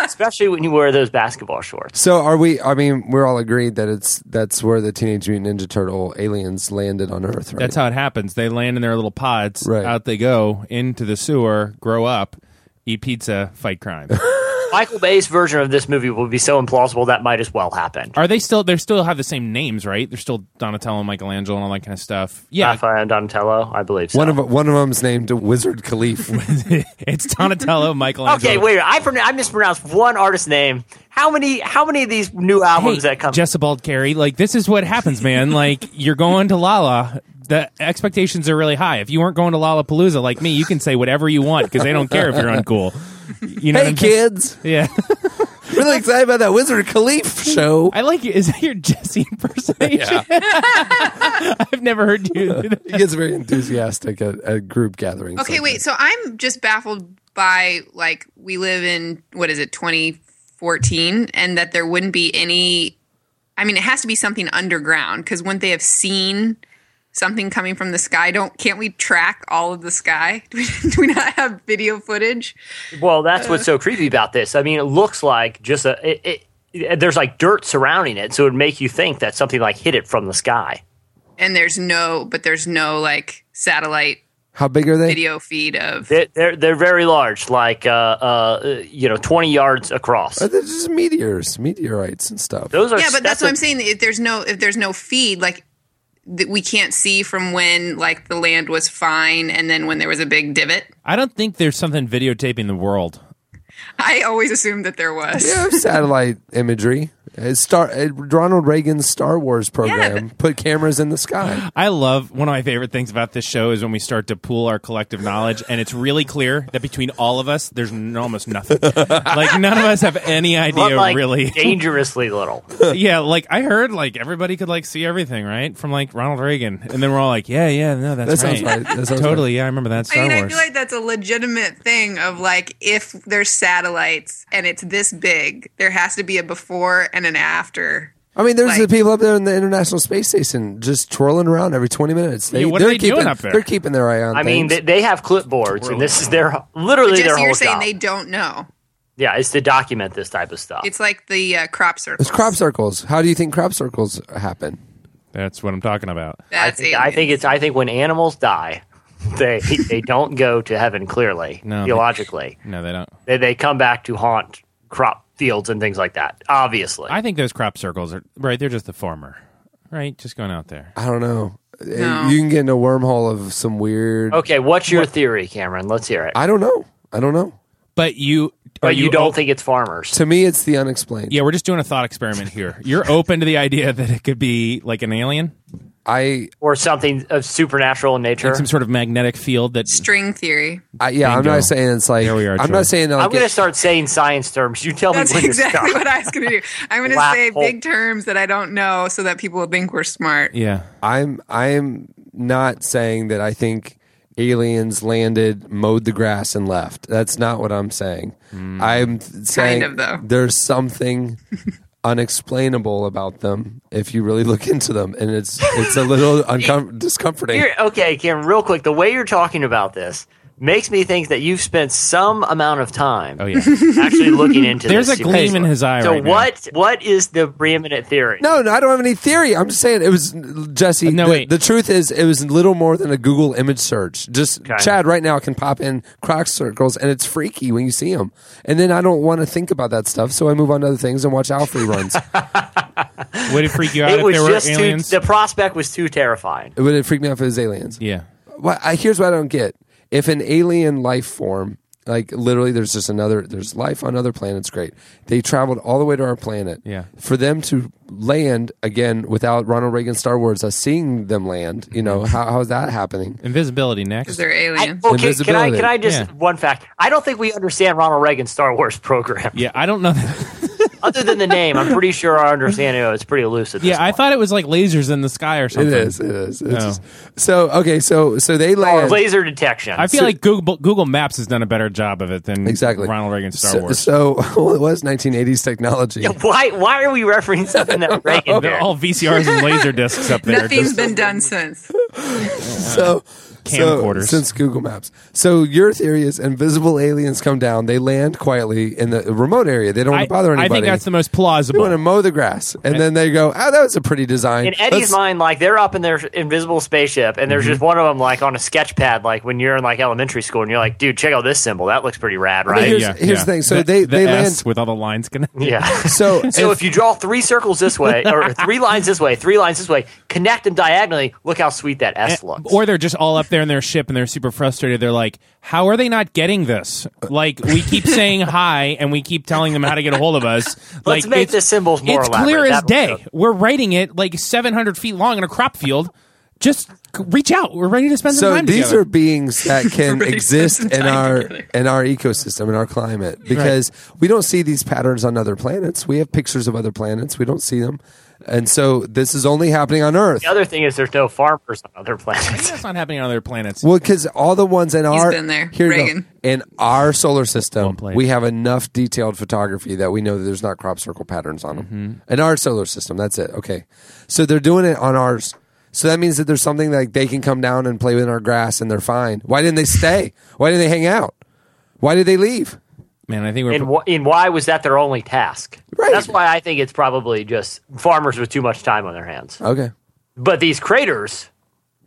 S5: especially when you wear those basketball shorts.
S2: So are we? I mean, we're all agreed that it's that's where the Teenage Mutant Ninja Turtle aliens landed on Earth, right?
S3: That's how it happens. They land in their little pods.
S2: Right.
S3: Out they go into the sewer, grow up, eat pizza, fight crime.
S5: Michael Bay's version of this movie would be so implausible that might as well happen.
S3: Are they still? They still have the same names, right? They're still Donatello, and Michelangelo, and all that kind of stuff. Yeah,
S5: Raphael and Donatello, I believe. So.
S2: one of one of them's named Wizard Khalif.
S3: it's Donatello, Michelangelo.
S5: Okay, wait. I pron- I mispronounced one artist's name. How many? How many of these new
S3: Hey,
S5: albums that come?
S3: Jezebel Carey, like this is what happens, man. like you're going to Lala. The expectations are really high. If you weren't going to Lollapalooza like me, you can say whatever you want because they don't care if you're uncool. You know what
S2: hey
S3: I'm saying?
S2: kids,
S3: Yeah.
S2: really excited about that Wizard Khalif show.
S3: I like it. Is that your Jesse impersonation? I've never heard you do that.
S2: He gets very enthusiastic at, at group gatherings.
S6: okay,
S2: like
S6: wait. So I'm just baffled by like we live in what is it 2014, and that there wouldn't be any. I mean, it has to be something underground because wouldn't they have seen something coming from the sky? Don't can't we track all of the sky? Do we, do we not have video footage?
S5: Well, that's what's so creepy about this. I mean, it looks like just a. It, it, there's like dirt surrounding it, so it would make you think that something like hit it from the sky.
S6: and there's no, but there's no like satellite
S2: How big are they?
S6: video feed of.
S5: They're they're, they're very large, like uh, uh, you know, twenty yards across.
S2: Uh, They're just meteors, meteorites, and stuff.
S5: Those are
S6: yeah, but that's what
S5: i
S6: I'm saying. If there's no, if there's no feed, like that we can't see from when like the land was fine and then when there was a big divot.
S3: I don't think there's something videotaping the world.
S6: I always assumed that there was.
S2: Yeah, satellite imagery. Uh, Star uh, Ronald Reagan's Star Wars program put cameras in the sky.
S3: I love one of my favorite things about this show is when we start to pool our collective knowledge, and it's really clear that between all of us, there's n- almost nothing. like none of us have any idea,
S5: like
S3: really.
S5: dangerously little.
S3: yeah, like I heard, like everybody could like see everything, right? From like Ronald Reagan, and then we're all like, yeah, yeah, no,
S2: That
S3: that's
S2: sounds
S3: right.
S2: right. That sounds
S3: Totally, yeah, I remember that Star
S6: I mean, I
S3: Wars.
S6: feel like that's a legitimate thing of like if there's satellites and it's this big, there has to be a before and an after.
S2: I mean, there's
S6: Like-
S2: the people up there in the International Space Station just twirling around every 20 minutes. They,
S3: Yeah, what are
S2: they're
S3: they
S2: keeping,
S3: doing up there?
S2: They're keeping their eye on
S5: I mean, they,
S2: things.
S5: they have clipboards, and this is their literally their
S6: Jesse,
S5: whole
S6: you're saying
S5: job.
S6: they don't know.
S5: yeah, it's to document this type of stuff.
S6: It's like the uh, crop circle.
S2: It's crop circles. How do you think crop circles happen?
S3: that's what I'm talking about.
S5: I
S6: That's
S5: think, I think it's I think when animals die, they they don't go to heaven clearly
S3: No.
S5: theologically.
S3: No, they don't.
S5: They they come back to haunt crop fields and things like that. Obviously,
S3: I think those crop circles are right. They're just the farmer, right? Just going out there.
S2: I don't know. Uh, You can get in a wormhole of some weird.
S5: Okay, what's your theory, Cameron? Let's hear it.
S2: I don't know. I don't know.
S3: But you, are
S5: but you, don't
S3: o-
S5: think it's farmers.
S2: To me, it's the unexplained.
S3: Yeah, we're just doing a thought experiment here. You're open to the idea that it could be like an alien,
S2: I,
S5: Or something of supernatural in nature.
S3: some sort of magnetic field that.
S6: string theory.
S2: I yeah, I'm
S3: Bingo.
S2: not saying it's like.
S3: There we are,
S2: I'm
S3: Troy.
S2: not saying that.
S5: I'm
S2: Like,
S5: going to
S2: it-
S5: start saying science terms. You tell
S6: That's
S5: me when
S6: exactly
S5: to stop.
S6: what I was going to do. I'm going to
S5: Black
S6: say
S5: hole.
S6: big terms that I don't know so that people will think we're smart.
S3: Yeah,
S2: I'm I'm not saying that I think aliens landed, mowed the grass, and left. That's not what I'm saying. I'm th- saying
S6: Hmm. of, though.
S2: there's something unexplainable about them if you really look into them, and it's it's a little uncom- discomforting.
S5: Here- okay, Cameron, real quick. The way you're talking about this makes me think that you've spent some amount of time
S3: oh yeah.
S5: actually looking into
S3: There's
S5: this.
S3: a gleam in his eye
S5: So
S3: right now.
S5: what what is the preeminent theory?
S2: No, no, I don't have any theory. I'm just saying it was Jesse.
S3: No,
S2: the,
S3: wait.
S2: the truth is, it was little more than a Google image search. Just Chad right now can pop in croc circles, and it's freaky when you see them. And then I don't want to think about that stuff, so I move on to other things and watch Alfrey runs.
S3: Would it freak you out
S5: It
S3: if
S5: was
S3: there were
S5: just too,
S3: aliens?
S5: the prospect was too terrifying.
S2: Would it freak me out if it was aliens?
S3: yeah.
S2: Well, I, here's what I don't get: if an alien life form, like literally, there's just another, there's life on other planets. Great, they traveled all the way to our planet.
S3: Yeah.
S2: for them to land again without Ronald Reagan Star Wars, us seeing them land. You know
S3: Mm-hmm.
S2: how how's that happening?
S3: Invisibility
S6: Because
S3: next.
S6: they're
S5: I,
S6: aliens.
S5: okay, can I
S2: Invisibility.
S5: can I just
S3: Yeah.
S5: one fact? I don't think we understand Ronald Reagan's Star Wars program.
S3: Yeah, I don't know. That.
S5: Other than the name, I'm pretty sure our understanding of it's pretty loose at this
S3: Yeah, I thought it was like lasers in the sky or
S2: It
S3: something.
S2: is. It is. It's
S3: No.
S2: just- so okay. So so they
S5: point. Or
S2: land.
S5: laser detection.
S3: I feel like Google Google Maps has done a better job of it than
S2: Exactly.
S3: Ronald Reagan Star
S2: So,
S3: Wars.
S2: so well, it was 1980s technology.
S5: why why are we referencing something that Reagan did?
S3: They're all VCRs and laser discs up there.
S6: Nothing's
S3: Just
S6: been done since.
S2: So
S3: Uh, camcorders.
S2: So, since Google Maps. So your theory is invisible aliens come down. They land quietly in the remote area. They don't
S3: I,
S2: want to bother
S3: I
S2: anybody.
S3: think that's the most
S2: They want to
S3: plausible.
S2: mow the grass, and then they go, "Oh, that was a pretty design."
S5: in Eddie's
S2: Let's-
S5: mind, like they're up in their invisible spaceship, and there's
S3: Mm-hmm.
S5: just one of them like on a sketch pad, like when you're in like elementary school, and you're like, dude, check out this symbol. That looks pretty rad,
S2: mean,
S5: right?
S2: here's- here's the thing. So they-
S3: the
S2: they
S3: S
S2: land-
S3: with all the lines connected.
S5: Yeah.
S2: So,
S5: So if you draw three circles this way, or three lines this way, three lines this way, connect them diagonally. Look how sweet that S looks.
S3: Or they're just all up there in their ship and they're super frustrated. They're like, "How are they not getting this? Like, we keep saying hi and we keep telling them how to get a hold of us.
S5: Let's
S3: Like,
S5: make
S3: it's-
S5: the symbols more
S3: It's clear
S5: elaborate.
S3: as
S5: That'll
S3: day.
S5: show.
S3: We're writing it like 700 feet long in a crop field. Just c- reach out. We're ready to spend some
S2: so
S3: time
S2: these
S3: together.
S2: are beings that can
S6: Really
S2: exist
S6: spend
S2: in
S6: time
S2: our
S6: together.
S2: in our ecosystem in our climate because we don't see these patterns on other planets. We have pictures of other planets. We don't see them, and so this is only happening on Earth.
S5: The other thing is there's no farmers on other planets.
S3: That's not happening on other planets.
S2: Well, because all the ones in our
S6: been there.
S2: here you go.
S6: Reagan.
S2: in our solar system,
S3: played.
S2: we have enough detailed photography that we know that there's not crop circle patterns on them in our solar system. That's it. Okay, so they're doing it on ours. So that means that there's something like they can come down and play with our grass and they're fine. Why didn't they stay? Why didn't they hang out? Why did they leave?
S3: Man, I think we're.
S5: And, wh- and why was that their only task?
S2: Right.
S5: That's why I think it's probably just farmers with too much time on their hands.
S2: Okay.
S5: But these craters,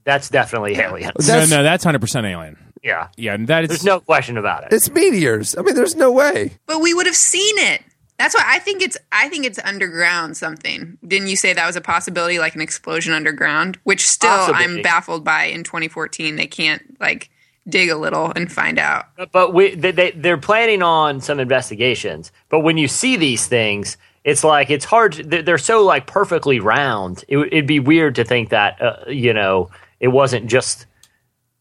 S5: that's definitely aliens.
S3: no,
S2: That's-
S3: no, that's hundred percent alien.
S5: Yeah.
S3: Yeah, and that is.
S5: There's no question about it.
S2: It's meteors. I mean, there's no way.
S6: But we would have seen it. That's why I think it's I think it's underground something. Didn't you say that was a possibility, like an explosion underground? Which still
S5: Possibly.
S6: I'm baffled by. In 2014, they can't like dig a little and find out.
S5: But we, they, they, they're planning on some investigations. But when you see these things, it's like it's hard. to- They're they're so like perfectly round. It, would- it'd be weird to think that uh, you know it wasn't just.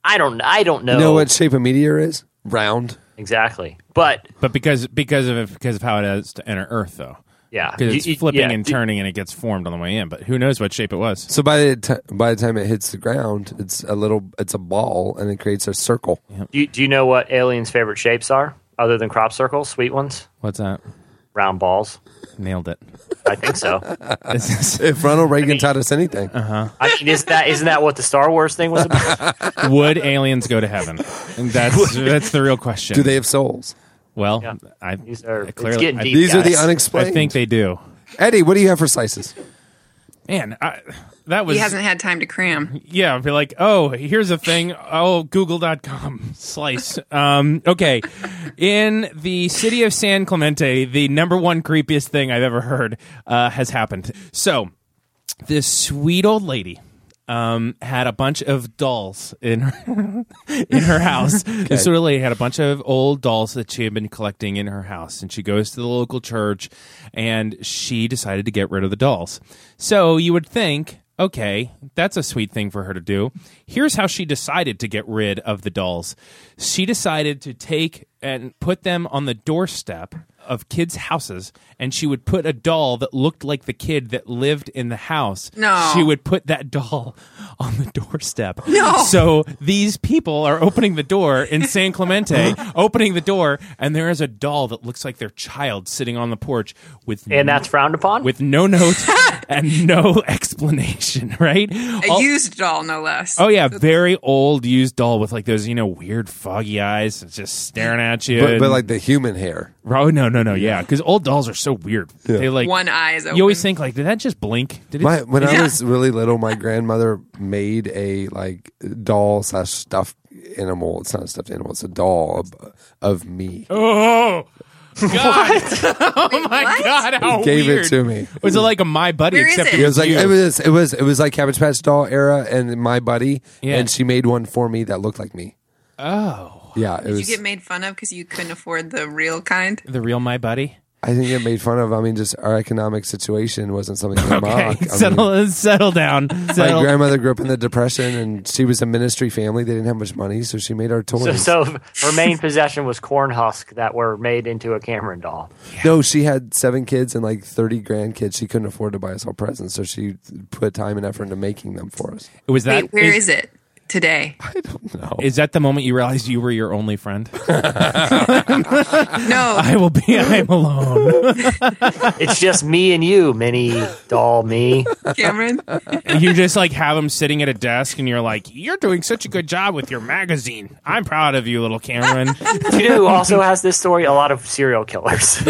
S5: I don't. I don't know,
S2: You know what shape a meteor is? Round.
S5: exactly. But
S3: but because because of it, because of how it has to enter Earth though.
S5: yeah,
S3: Because
S5: You-
S3: it's
S5: you-
S3: flipping
S5: yeah.
S3: and turning, and it gets formed on the way in. But who knows what shape it was?
S2: So by the t- by the time it hits the ground, it's a little, it's a ball, and it creates a circle.
S5: Do you, do you know what aliens' favorite shapes are, other than crop circles, sweet ones,
S3: What's that?
S5: round balls?
S3: Nailed it.
S5: I think so.
S3: This is-
S2: If Ronald Reagan taught us anything,
S3: Uh-huh.
S5: I mean, isn't that isn't that what the Star Wars thing was about?
S3: Would aliens go to heaven? And that's that's the real question.
S2: do they have souls?
S3: Well,
S5: Yeah.
S3: I
S5: These are, it's
S3: clearly
S5: getting
S3: I-
S5: deep,
S2: These are the
S5: guys.
S2: unexplained.
S3: I think they do.
S2: Eddie, what do you have for slices?
S3: Man, I, that was
S6: He hasn't had time to cram.
S3: yeah. I'd be like, oh, here's a thing. Oh, Google.com slice. Um, okay, in the city of San Clemente, the number one creepiest thing I've ever heard uh, has happened. So, this sweet old lady. Um, had a bunch of dolls in her, in her house. This little lady had a bunch of old dolls that she had been collecting in her house, and she goes to the local church, and she decided to get rid of the dolls. So you would think, okay, that's a sweet thing for her to do. Here's how she decided to get rid of the dolls. She decided to take and put them on the doorstep of kids' houses, and she would put a doll that looked like the kid that lived in the house.
S6: No.
S3: she would would put that doll on the doorstep. So these people are opening the door in San Clemente, opening the door, and there is a doll that looks like their child sitting on the porch with
S5: and that's frowned upon.
S3: with no note and no explanation, right?
S6: A
S3: All-
S6: used doll, no less.
S3: Oh yeah, very old used doll with like those you know weird foggy eyes that's just staring at you.
S2: But, but
S3: and-
S2: like the human hair.
S3: oh no no no yeah, because old dolls are so weird. They like
S6: One eye is open.
S3: you always think like did that just blink? Did it
S2: My, when I
S6: Yeah.
S2: was really little, my grandmother made a like doll slash stuffed animal. It's not a stuffed animal. It's a doll of, of me.
S3: Oh God! oh my
S6: what?
S3: God! How
S2: Gave
S3: weird.
S2: it to me.
S3: Was it like a My Buddy?
S6: Where is
S3: except
S6: it?
S2: It was like it was it was it was like Cabbage Patch Doll era and my buddy.
S3: Yeah.
S2: And she made one for me that looked like me.
S3: oh,
S2: Yeah, it
S6: Did you
S2: was.
S6: get made fun of because you couldn't afford the real kind?
S3: the real My Buddy.
S2: I didn't get made fun of. I mean, just our economic situation wasn't something to
S3: Okay,
S2: mock. I
S3: settle,
S2: mean,
S3: settle down.
S2: my
S3: Settle.
S2: grandmother grew up in the depression, and she was a ministry family. They didn't have much money, so she made our
S5: so,
S2: toys.
S5: so her main possession was corn husk that were made into a Cameron doll.
S2: No, she had seven kids and like thirty grandkids. She couldn't afford to buy us all presents, so she put time and effort into making them for us.
S3: was that?
S6: Wait, where
S3: is-
S6: is, it today?
S3: is that the moment you realized you were your only friend?
S6: No,
S3: I will be. I am alone.
S5: It's just me and you, mini doll me.
S6: Cameron.
S3: you just like have him sitting at a desk, and you're like, "You're doing such a good job with your magazine. I'm proud of you, little Cameron."
S5: You know who also has this story? A lot of serial killers.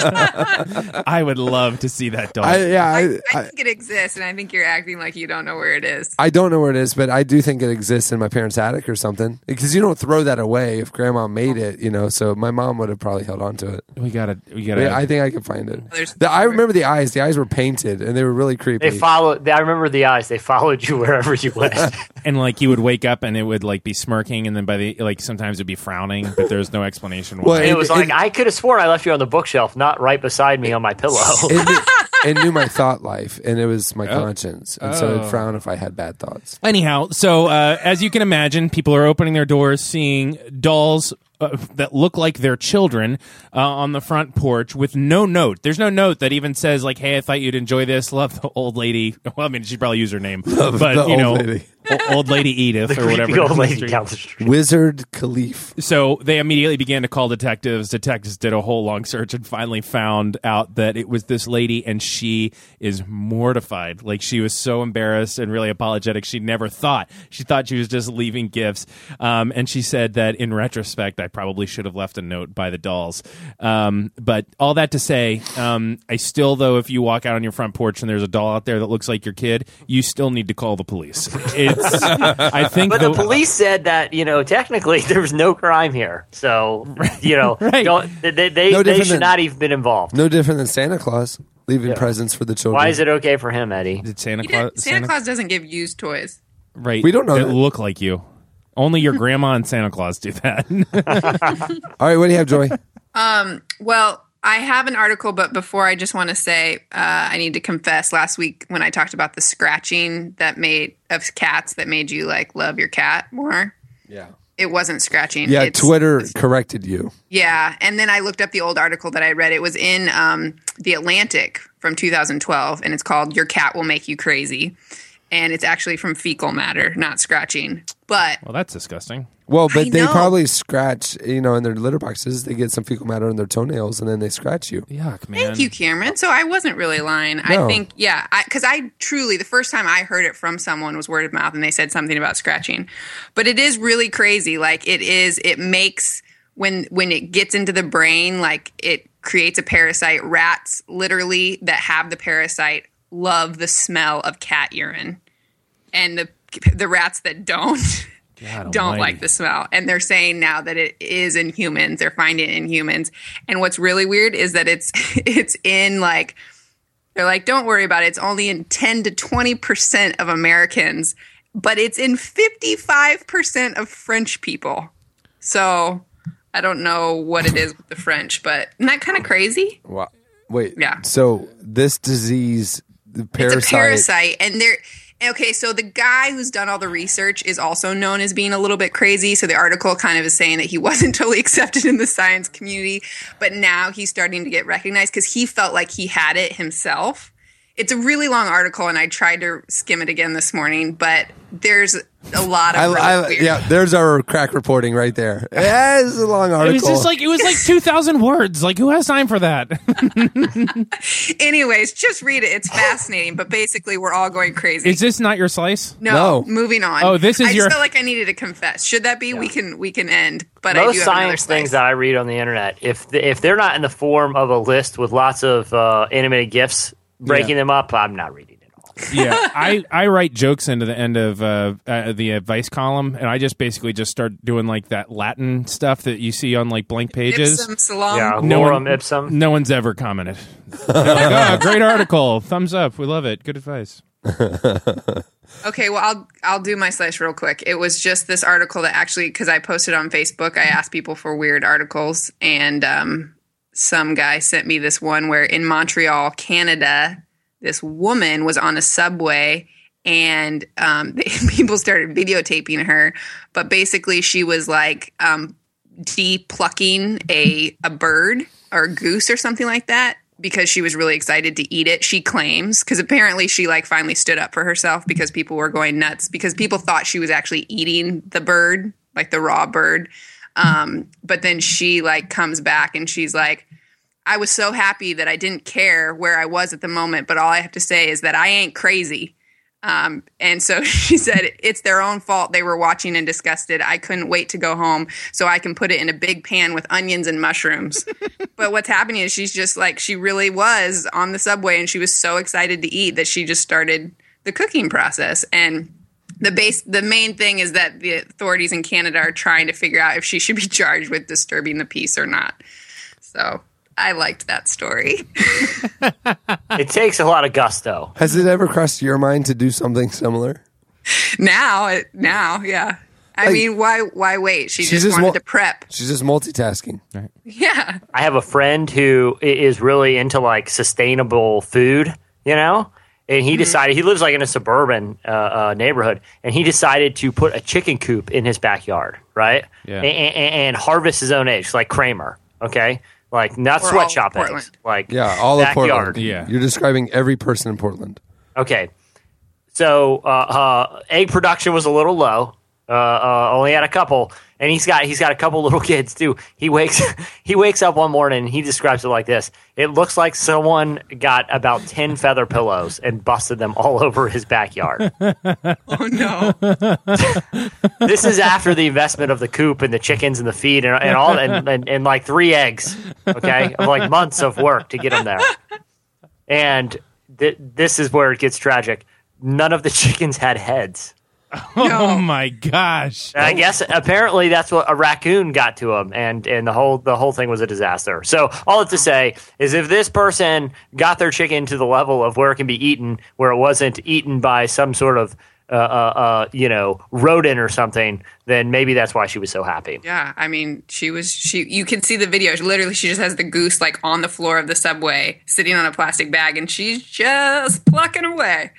S3: I would love to see that doll.
S2: I, yeah,
S6: I,
S2: I,
S6: I
S2: I,
S6: think it exists, and I think you're acting like you don't know where it is.
S2: I don't know where it is, but I do think it exists in my parents' attic or something. Because you don't throw that away if Grandma made it, you know. So my mom would have probably held on to it.
S3: we gotta. We gotta.
S2: Yeah, I think I could find it.
S6: There's-
S2: The- I remember the eyes. The eyes were painted, and they were really creepy.
S5: They followed. I remember the eyes. They followed you wherever you went.
S3: and like you would wake up and it would like be smirking and then by the like sometimes it'd be frowning but there's no explanation why
S2: Well,
S5: And it was
S2: And-
S5: like I could have sworn I left you on the bookshelf, not right beside me on my pillow.
S2: it, knew, it knew my thought life, and it was my
S3: Oh.
S2: conscience, and so it'd frown if I had bad thoughts.
S3: anyhow so uh, as you can imagine people are opening their doors seeing dolls uh, that look like their children uh, on the front porch with no note there's no note that even says like hey i thought you'd enjoy this love the old lady well i mean she probably use her name but
S2: the
S3: you
S2: old
S3: know
S2: lady.
S3: O- old lady Edith or whatever.
S5: Creepy old
S3: down the
S5: lady
S3: street.
S5: down the street.
S2: Wizard Khalif.
S3: So they immediately began to call detectives. Detectives did a whole long search and finally found out that it was this lady, and she is mortified. Like she was so embarrassed and really apologetic. She never thought she thought she was just leaving gifts, um, and she said that in retrospect, I probably should have left a note by the dolls. Um, but all that to say, um, I still though, if you walk out on your front porch and there's a doll out there that looks like your kid, you still need to call the police. It's I think
S5: But the police said that you know technically there was no crime here, so you know
S3: Right.
S5: don't, they they,
S2: No
S5: they
S2: different
S5: should
S2: than-
S5: not even been involved.
S2: No different than Santa Claus leaving presents for the children.
S5: Why is it okay for him, Eddie?
S3: Did Uh, Santa
S6: He
S3: Claus?
S6: didn't- Santa Claus doesn't give used toys.
S3: Right.
S2: We don't know
S3: That
S2: that.
S3: look like you. Only your grandma and Santa Claus do that.
S2: All right, what do you have, Joy?
S6: Well, I have an article, but before I just want to say uh, I need to confess. Last week when I talked about the scratching that made of cats that made you like love your cat more.
S2: Yeah.
S6: It wasn't scratching.
S2: Yeah,
S6: It's-
S2: Twitter corrected you.
S6: Yeah, and then I looked up the old article that I read. It was in um, the Atlantic from 2012, and it's called "Your Cat Will Make You Crazy," and it's actually from fecal matter, not scratching. But
S3: well, that's disgusting.
S2: Well, but
S6: I
S2: they
S6: know.
S2: probably scratch, you know, in their litter boxes, they get some fecal matter in their toenails and then they scratch you.
S3: Yuck, man.
S6: Thank you, Cameron. So I wasn't really lying.
S2: No.
S6: I think, yeah, because I, truly, the first time I heard it from someone was word of mouth and they said something about scratching. But it is really crazy. Like, it is, it makes, when when it gets into the brain, like, it creates a parasite. Rats, literally, that have the parasite love the smell of cat urine. And the, the rats that don't don't like the smell. And they're saying now that it is in humans. They're finding it in humans. And what's really weird is that it's it's in like they're like, don't worry about it. It's only in 10 to 20% of Americans, but it's in 55% of French people. So I don't know what it is with the French, but isn't that kind of crazy?
S2: Wow. Wait.
S6: Yeah.
S2: So this disease, the parasite.
S6: It's a parasite, and they're okay. So the guy who's done all the research is also known as being a little bit crazy. So the article kind of is saying that he wasn't totally accepted in the science community, but now he's starting to get recognized because he felt like he had it himself. It's a really long article, and I tried to skim it again this morning, but there's a lot of
S2: I,
S6: really
S2: I,
S6: weird-
S2: yeah, there's our crack reporting right there. Yeah, it's a long
S3: It
S2: article.
S3: was just like it was like two thousand words. Like who has time for that?
S6: Anyways, just read it. It's fascinating, but basically, we're all going crazy.
S3: Is this not your slice?
S6: no,
S2: No.
S6: moving on.
S3: Oh, this is
S6: I
S3: your-
S6: just felt like I needed to confess. Should that be? We can we can end. But I do
S5: Most
S6: have another
S5: science things
S6: slice.
S5: that I read on the internet, if the, if they're not in the form of a list with lots of uh, animated gifs breaking them up, I'm not reading it all.
S3: yeah, I, I write jokes into the end of uh, uh, the advice column, and I just basically just start doing like that Latin stuff that you see on like blank pages.
S6: Ipsum salon.
S5: Yeah,
S3: No one-
S5: lorem Um, ipsum.
S3: No one's ever commented. They're like, "Oh, great article, thumbs up, we love it, good advice.
S6: Okay, well, I'll I'll do my slice real quick. It was just this article that actually because I posted on Facebook. I asked people for weird articles, and um, some guy sent me this one where in Montreal, Canada, this woman was on a subway, and um, people started videotaping her. But basically, she was like um, de-plucking a a bird or a goose or something like that because she was really excited to eat it she claims because apparently she like finally stood up for herself because people were going nuts because people thought she was actually eating the bird like the raw bird um, but then she like comes back and she's like i was so happy that i didn't care where i was at the moment but all i have to say is that i ain't crazy um, and so she said, It's their own fault. They were watching and disgusted. I couldn't wait to go home, so I can put it in a big pan with onions and mushrooms. but what's happening is she's just like, she really was on the subway and she was so excited to eat that she just started the cooking process. And the base the main thing is that the authorities in Canada are trying to figure out if she should be charged with disturbing the peace or not. So I liked that story.
S5: It takes a lot of gusto.
S2: Has it ever crossed your mind to do something similar?
S6: now it- now yeah i mean why why wait she, just,
S2: just
S6: wanted
S2: wa-
S6: to prep
S2: She's just multitasking.
S6: yeah
S5: I have a friend who i- is really into like sustainable food, you know, and
S6: Mm-hmm.
S5: he decided he lives like in a suburban uh, uh, neighborhood, and he decided to put a chicken coop in his backyard, right?
S3: Yeah.
S5: A- a- a- And, harvest his own eggs, like Kramer, okay, like not
S6: Or all of
S5: sweatshop
S6: Portland.
S5: eggs, like
S2: Yeah, all of
S5: backyard.
S2: Portland.
S3: Yeah.
S2: You're describing every person in Portland.
S5: Okay. So uh, uh, egg production was a little low. Uh, uh, only had a couple, and he's got he's got a couple little kids too. He wakes he wakes up one morning. and He describes it like this: It looks like someone got about ten feather pillows and busted them all over his backyard.
S6: Oh no!
S5: this is after the investment of the coop and the chickens and the feed and, and all and, and, and like three eggs okay of like months of work to get them there and th- this is where it gets tragic none of the chickens had heads
S3: Oh
S6: No.
S3: my gosh.
S5: And i guess apparently that's what a raccoon got to him and and the whole the whole thing was a disaster so all that to say is if this person got their chicken to the level of where it can be eaten where it wasn't eaten by some sort of uh, uh, uh, you know, rodent or something, then maybe that's why she was so happy.
S6: Yeah, I mean, she was she. You can see the video. She, literally, she just has the goose like on the floor of the subway, sitting on a plastic bag, and she's just plucking away.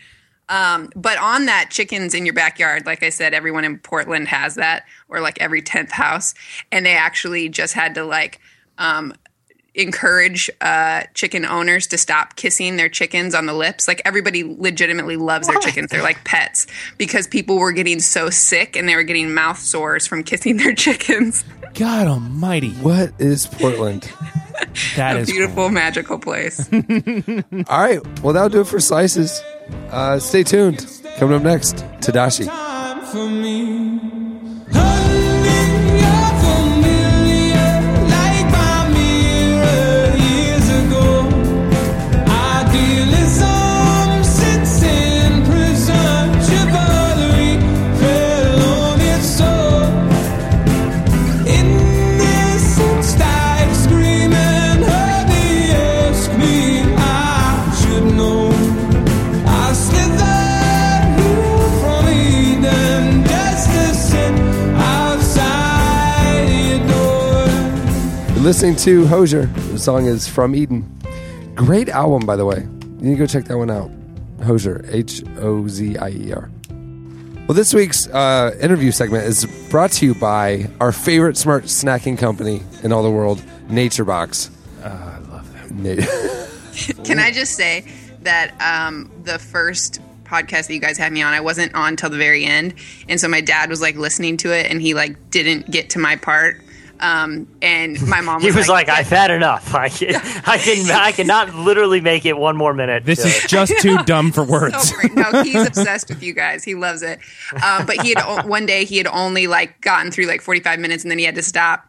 S6: Um, but on that chickens in your backyard, like I said, everyone in Portland has that, or like every tenth house, and they actually just had to like um, encourage uh, chicken owners to stop kissing their chickens on the lips. Like everybody legitimately loves their chickens; they're like pets because people were getting so sick and they were getting mouth sores from kissing their chickens.
S3: God almighty.
S2: What is Portland?
S3: That
S6: a
S3: is
S6: beautiful, magical place.
S2: All right. Well, that'll do it for slices. Uh, stay tuned. Coming up next, Tadashi.
S9: time for me. Honey, you're familiar, like my mirror years ago. Idealism sits in prison. Chivalry fell on its soul. Innocence died screaming. Honey, ask me, I should know. I slithered from Eden just to sit outside your door.
S2: You're listening to Hosier. The song is From Eden. Great album, by the way. You need to go check that one out. Hosier, H O Z I E R. Well, this week's uh, interview segment is brought to you by our favorite smart snacking company in all the world, Nature Box. Ah, I love them.
S6: Can I just say that um, the first podcast that you guys had me on, I wasn't on till the very end, and so my dad was like listening to it, and he like didn't get to my part. Um, and my mom
S5: He
S6: was,
S5: was like, "I've had enough. I can, I can, I cannot literally make it one more minute."
S3: This
S5: to-
S3: is just too dumb for words.
S6: So Oh, great. No, he's obsessed with you guys. He loves it. Um, but he had o- one day he had only like gotten through like 45 minutes and then he had to stop.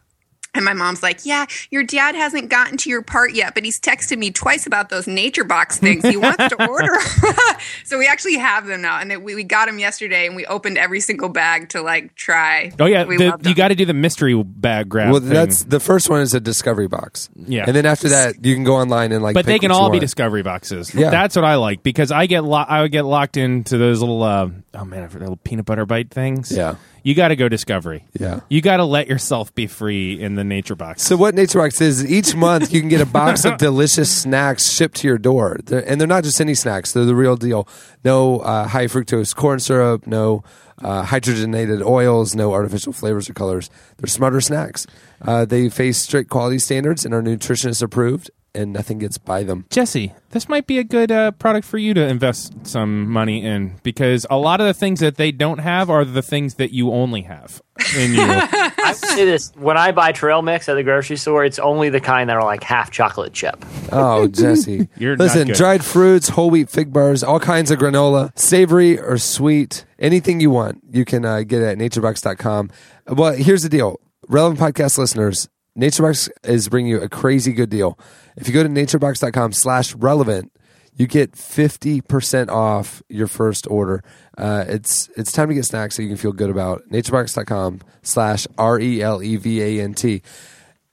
S6: And my mom's like, "Yeah, your dad hasn't gotten to your part yet, but he's texted me twice about those nature box things. He wants to order." 'em." so we actually have them now, and that we, we got them yesterday, and we opened every single bag to like try.
S3: Oh yeah,
S6: we
S3: the,
S6: loved
S3: you
S6: 'em.
S3: got to do the mystery bag grab.
S2: Well,
S3: thing.
S2: that's the first one is a discovery box.
S3: Yeah.
S2: and then after that, you can go online and like.
S3: but they
S2: pick
S3: can
S2: what you
S3: all be
S2: want.
S3: discovery boxes.
S2: Yeah.
S3: that's what I like because I get lo- I would get locked into those little uh, oh man, I forgot, little peanut butter bite things.
S2: Yeah.
S3: you got to go discovery.
S2: Yeah.
S3: you got to let yourself be free in the nature box.
S2: So what Nature Box is, is each month you can get a box of delicious snacks shipped to your door, They're, and they're not just any snacks; they're the real deal. No uh, high fructose corn syrup, no uh, hydrogenated oils, no artificial flavors or colors. They're smarter snacks. Uh, they face strict quality standards and are nutritionist approved, and nothing gets by them.
S3: Jesse, this might be a good uh, product for you to invest some money in because a lot of the things that they don't have are the things that you only have in you.
S5: I would say this: when I buy trail mix at the grocery store, it's only the kind that are like half chocolate chip.
S2: Oh, Jesse.
S3: You're not
S2: Listen,
S3: good.
S2: dried fruits, whole wheat fig bars, all kinds of granola, savory or sweet, anything you want, you can uh, get it at naturebox.com. Well, here's the deal. Relevant podcast listeners, Naturebox is bringing you a crazy good deal. If you go to naturebox.com slash relevant, you get 50% off your first order. Uh, it's it's time to get snacks that you can feel good about. Naturebox.com slash E R-E-L-E-V-A-N-T.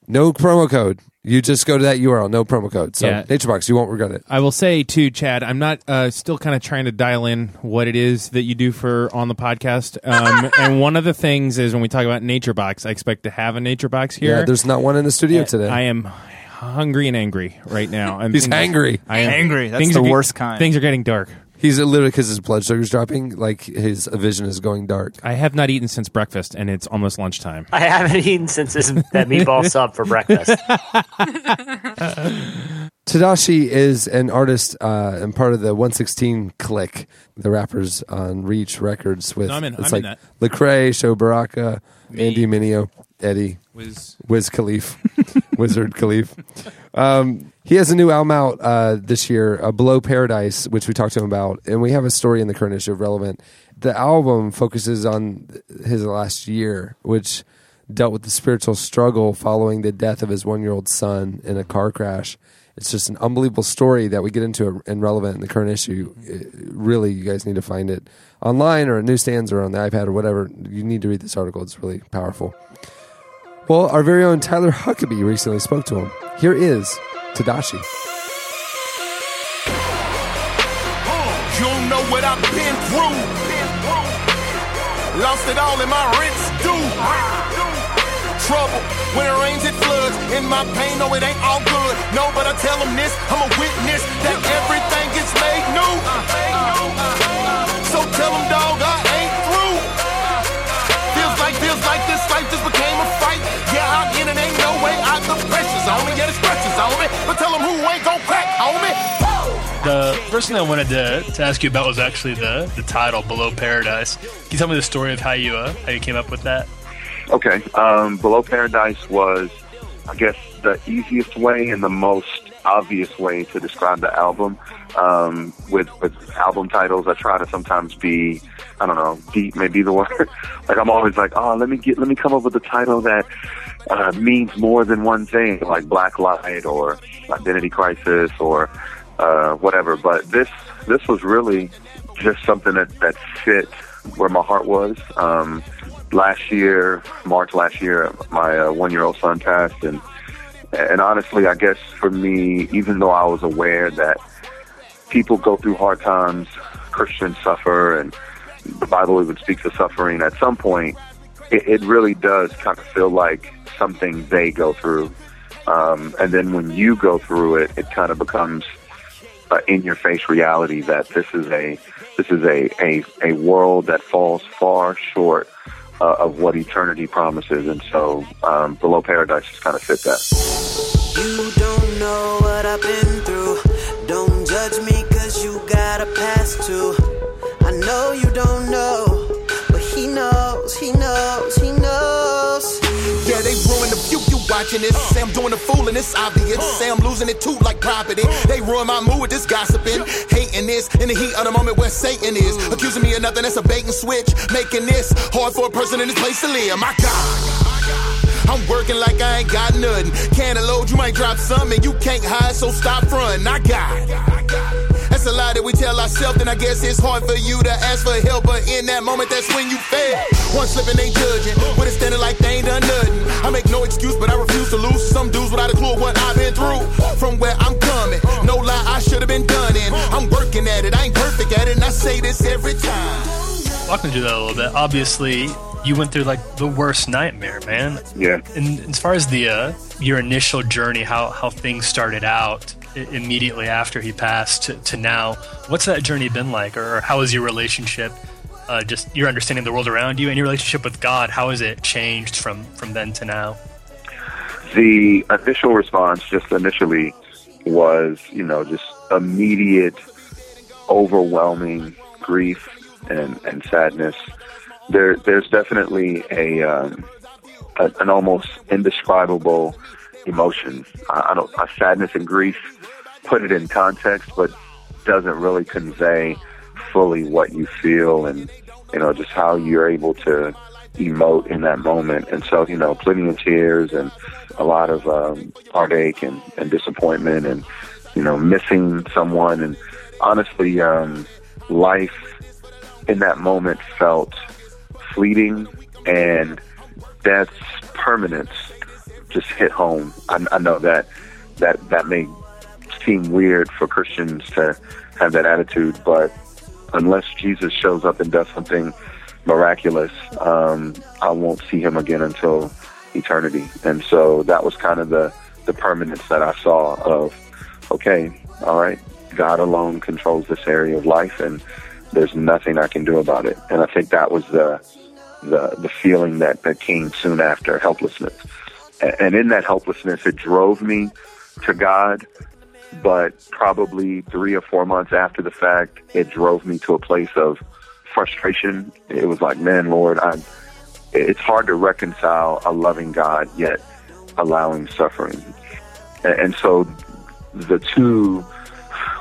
S2: No promo code. You just go to that URL. No promo code. So
S3: Yeah.
S2: NatureBox, you won't regret it.
S3: I will say too, Chad, I'm not uh, still kind of trying to dial in what it is that you do for on the podcast. Um, and one of the things is when we talk about Nature Box, I expect to have a Nature Box here.
S2: Yeah, there's not one in the studio today.
S3: I am hungry and angry right now. And
S2: He's
S3: things-
S2: angry.
S3: I am
S4: Angry. That's
S3: Things
S4: the
S3: are get-
S4: worst kind.
S3: Things are getting dark.
S2: He's literally because his blood sugar's dropping. Like his vision is going dark.
S3: I have not eaten since breakfast, and it's almost lunchtime.
S5: I haven't eaten since this, that meatball sub for breakfast.
S2: Tadashi is an artist uh, and part of the 116 clique, the rappers on Reach Records with
S3: No, I'm in-
S2: it's
S3: I'm in
S2: like Lecrae, Show Baraka, Andy Mineo, Eddie,
S3: Was
S2: Wiz Khalif, Wizard Khalif. Um, he has a new album out uh, this year, uh, Below Paradise, which we talked to him about, and we have a story in the current issue of Relevant. The album focuses on his last year, which dealt with the spiritual struggle following the death of his one-year-old son in a car crash. It's just an unbelievable story that we get into in Relevant in the current issue. It- really, you guys need to find it online or at newsstands or on the iPad or whatever. You need to read this article. It's really powerful. Well, our very own Tyler Huckabee recently spoke to him. Here is Tadashi.
S9: You don't know what I've been through. Lost it all in my rent's due. Trouble, when it rains, it floods. In my pain, no, it ain't all good. No, but I tell them this, I'm a witness that everything gets made new. So tell them, dog, I ain't through. Feels like, feels like this life just became a fight. Yeah, I'm in and ain't no way out. The pressure's on me, yeah, the stretches on me. But tell them who ain't gon' crack, homie.
S7: The first thing I wanted to, to ask you about was actually the, the title, Below Paradise. Can you tell me the story of how you uh, how you came up with that?
S10: Okay. Um, Below Paradise was, I guess, the easiest way and the most obvious way to describe the album. Um, with with album titles, I try to sometimes be, I don't know, deep maybe the word. like I'm always like, oh, let me get, let me come up with a title that uh, means more than one thing, like Black Light or Identity Crisis or uh, whatever. But this this was really just something that that fit where my heart was. Um, last year, March last year, my uh, one-year-old son passed, and and honestly, I guess for me, even though I was aware that people go through hard times, Christians suffer, and the Bible even speaks of suffering at some point, it, it really does kind of feel like something they go through. Um, and then when you go through it, it kind of becomes uh, in your face reality that this is a this is a, a, a world that falls far short uh, of what eternity promises, and so um, below paradise just kind of fit that.
S8: You don't know what I've been through. Don't judge me cause you got a past too. I know you don't know, but he knows, he knows, he knows. Uh.
S9: Yeah, they ruin the view. You watching this? Say I'm doing the fool and it's obvious. Say I'm losing it too, like property.
S8: Uh.
S9: They ruin my mood with this gossiping, hating this in the heat of the moment where Satan is
S8: Mm.
S9: accusing me of nothing. That's a bait and switch, making this hard for a person in this place to live. My God. I'm working like I ain't got nothing. Can of load, you might drop some, and you can't hide, so stop running. I got it. That's a lie that we tell ourselves, and I guess it's hard for you to ask for help. But in that moment, that's when you fail. One slipping ain't judging, but it's standing like they ain't done nothing. I make no excuse, but I refuse to lose. Some dudes without a clue of what I've been through. From where I'm coming, no lie, I should have been done. And I'm working at it, I ain't perfect at it, and I say this every time.
S7: Walk me through that a little bit. Obviously, you went through like the worst nightmare, man.
S10: Yeah.
S7: And as far as the uh, your initial journey, how how things started out i- immediately after he passed to, to now, what's that journey been like, or, or how has your relationship, uh, just your understanding of the world around you and your relationship with God, how has it changed from from then to now?
S10: The initial response, just initially, was you know just immediate, overwhelming grief and, and sadness. There, there's definitely a, um, a an almost indescribable emotion. I, I don't uh, sadness and grief. Put it in context, but doesn't really convey fully what you feel and you know just how you're able to emote in that moment and so you know plenty of tears and a lot of um, heartache and, and disappointment and you know missing someone and honestly um, life in that moment felt fleeting and death's permanence just hit home I, I know that that that may seem weird for Christians to have that attitude, but unless Jesus shows up and does something miraculous, um, I won't see him again until eternity. And so that was kind of the, the permanence that I saw of, okay, all right, God alone controls this area of life and there's nothing I can do about it. And I think that was the, the, the feeling that, that came soon after helplessness. A- And in that helplessness, it drove me to God But probably three or four months after the fact, it drove me to a place of frustration. It was like, man, Lord, I'm. It's hard to reconcile a loving God yet allowing suffering, and, and so the two,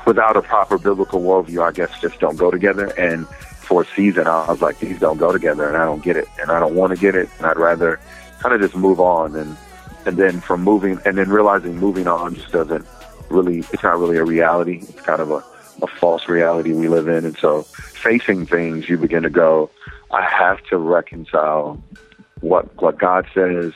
S10: without a proper biblical worldview, I guess just don't go together. And for a season, I was like, these don't go together, and I don't get it, and I don't want to get it, and I'd rather kind of just move on and and then from moving and then realizing moving on just doesn't really it's not really a reality it's kind of a, a false reality we live in and so facing things you begin to go i have to reconcile what what god says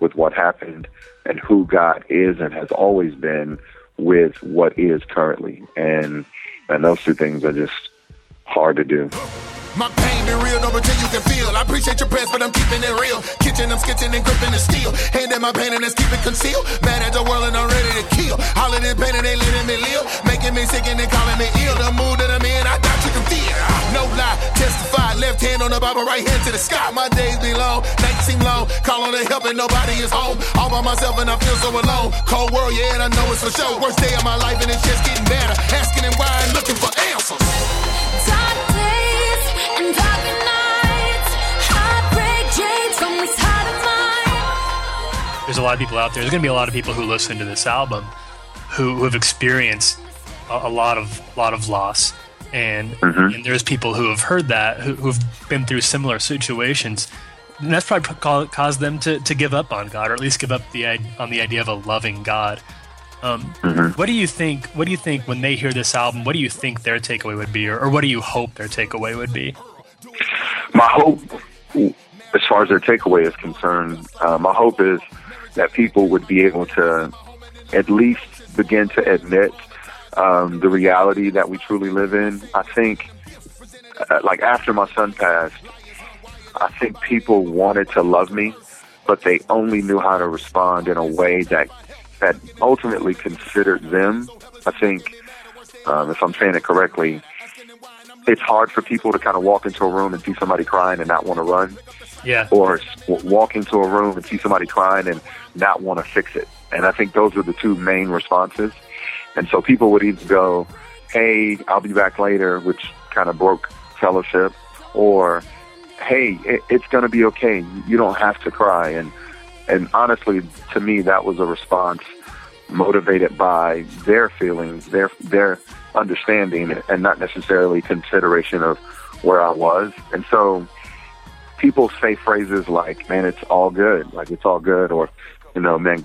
S10: with what happened and who god is and has always been with what is currently and and those two things are just hard to do
S9: My pain be real, don't pretend you can feel. I appreciate your prayers, but I'm keeping it real. Kitchen, I'm sketching and gripping the steel. Hand in my pain and let's keep it concealed. Mad at the world and I'm ready to kill. Holiday pain and they letting me live. Making me sick and they calling me ill. The mood that I'm in, I doubt you can feel. No lie, testify. Left hand on the Bible, right hand to the sky. My days be long, nights seem long. Call on the help and nobody is home. All by myself and I feel so alone. Cold world, yeah, and I know it's for sure. Worst day of my life and it's just getting better. Asking him why and looking for answers.
S7: There's a lot of people out there. There's going to be a lot of people who listen to this album who, who have experienced a, a lot of lot of loss, and and there's people who have heard that who, who've been through similar situations. And that's probably ca- caused them to, to give up on God, or at least give up the id- on the idea of a loving God. Um, What do you think? What do you think when they hear this album? What do you think their takeaway would be, or, or what do you hope their takeaway would be?
S10: my hope, as far as their takeaway is concerned, uh, my hope is that people would be able to at least begin to admit um, the reality that we truly live in. I think, uh, like after my son passed, I think people wanted to love me, but they only knew how to respond in a way that that ultimately considered them. I think, um, if I'm saying it correctly, it's hard for people to kind of walk into a room and see somebody crying and not want to run,
S7: Yeah,
S10: or s- walk into a room and see somebody crying and not want to fix it. And I think those are the two main responses. And so people would either go, "Hey, I'll be back later," which kind of broke fellowship, or "Hey, it, it's going to be okay. You don't have to cry." And and honestly, to me, that was a response motivated by their feelings, their their understanding, and not necessarily consideration of where I was. And so, people say phrases like, "Man, it's all good," like "It's all good," or you know, "Man,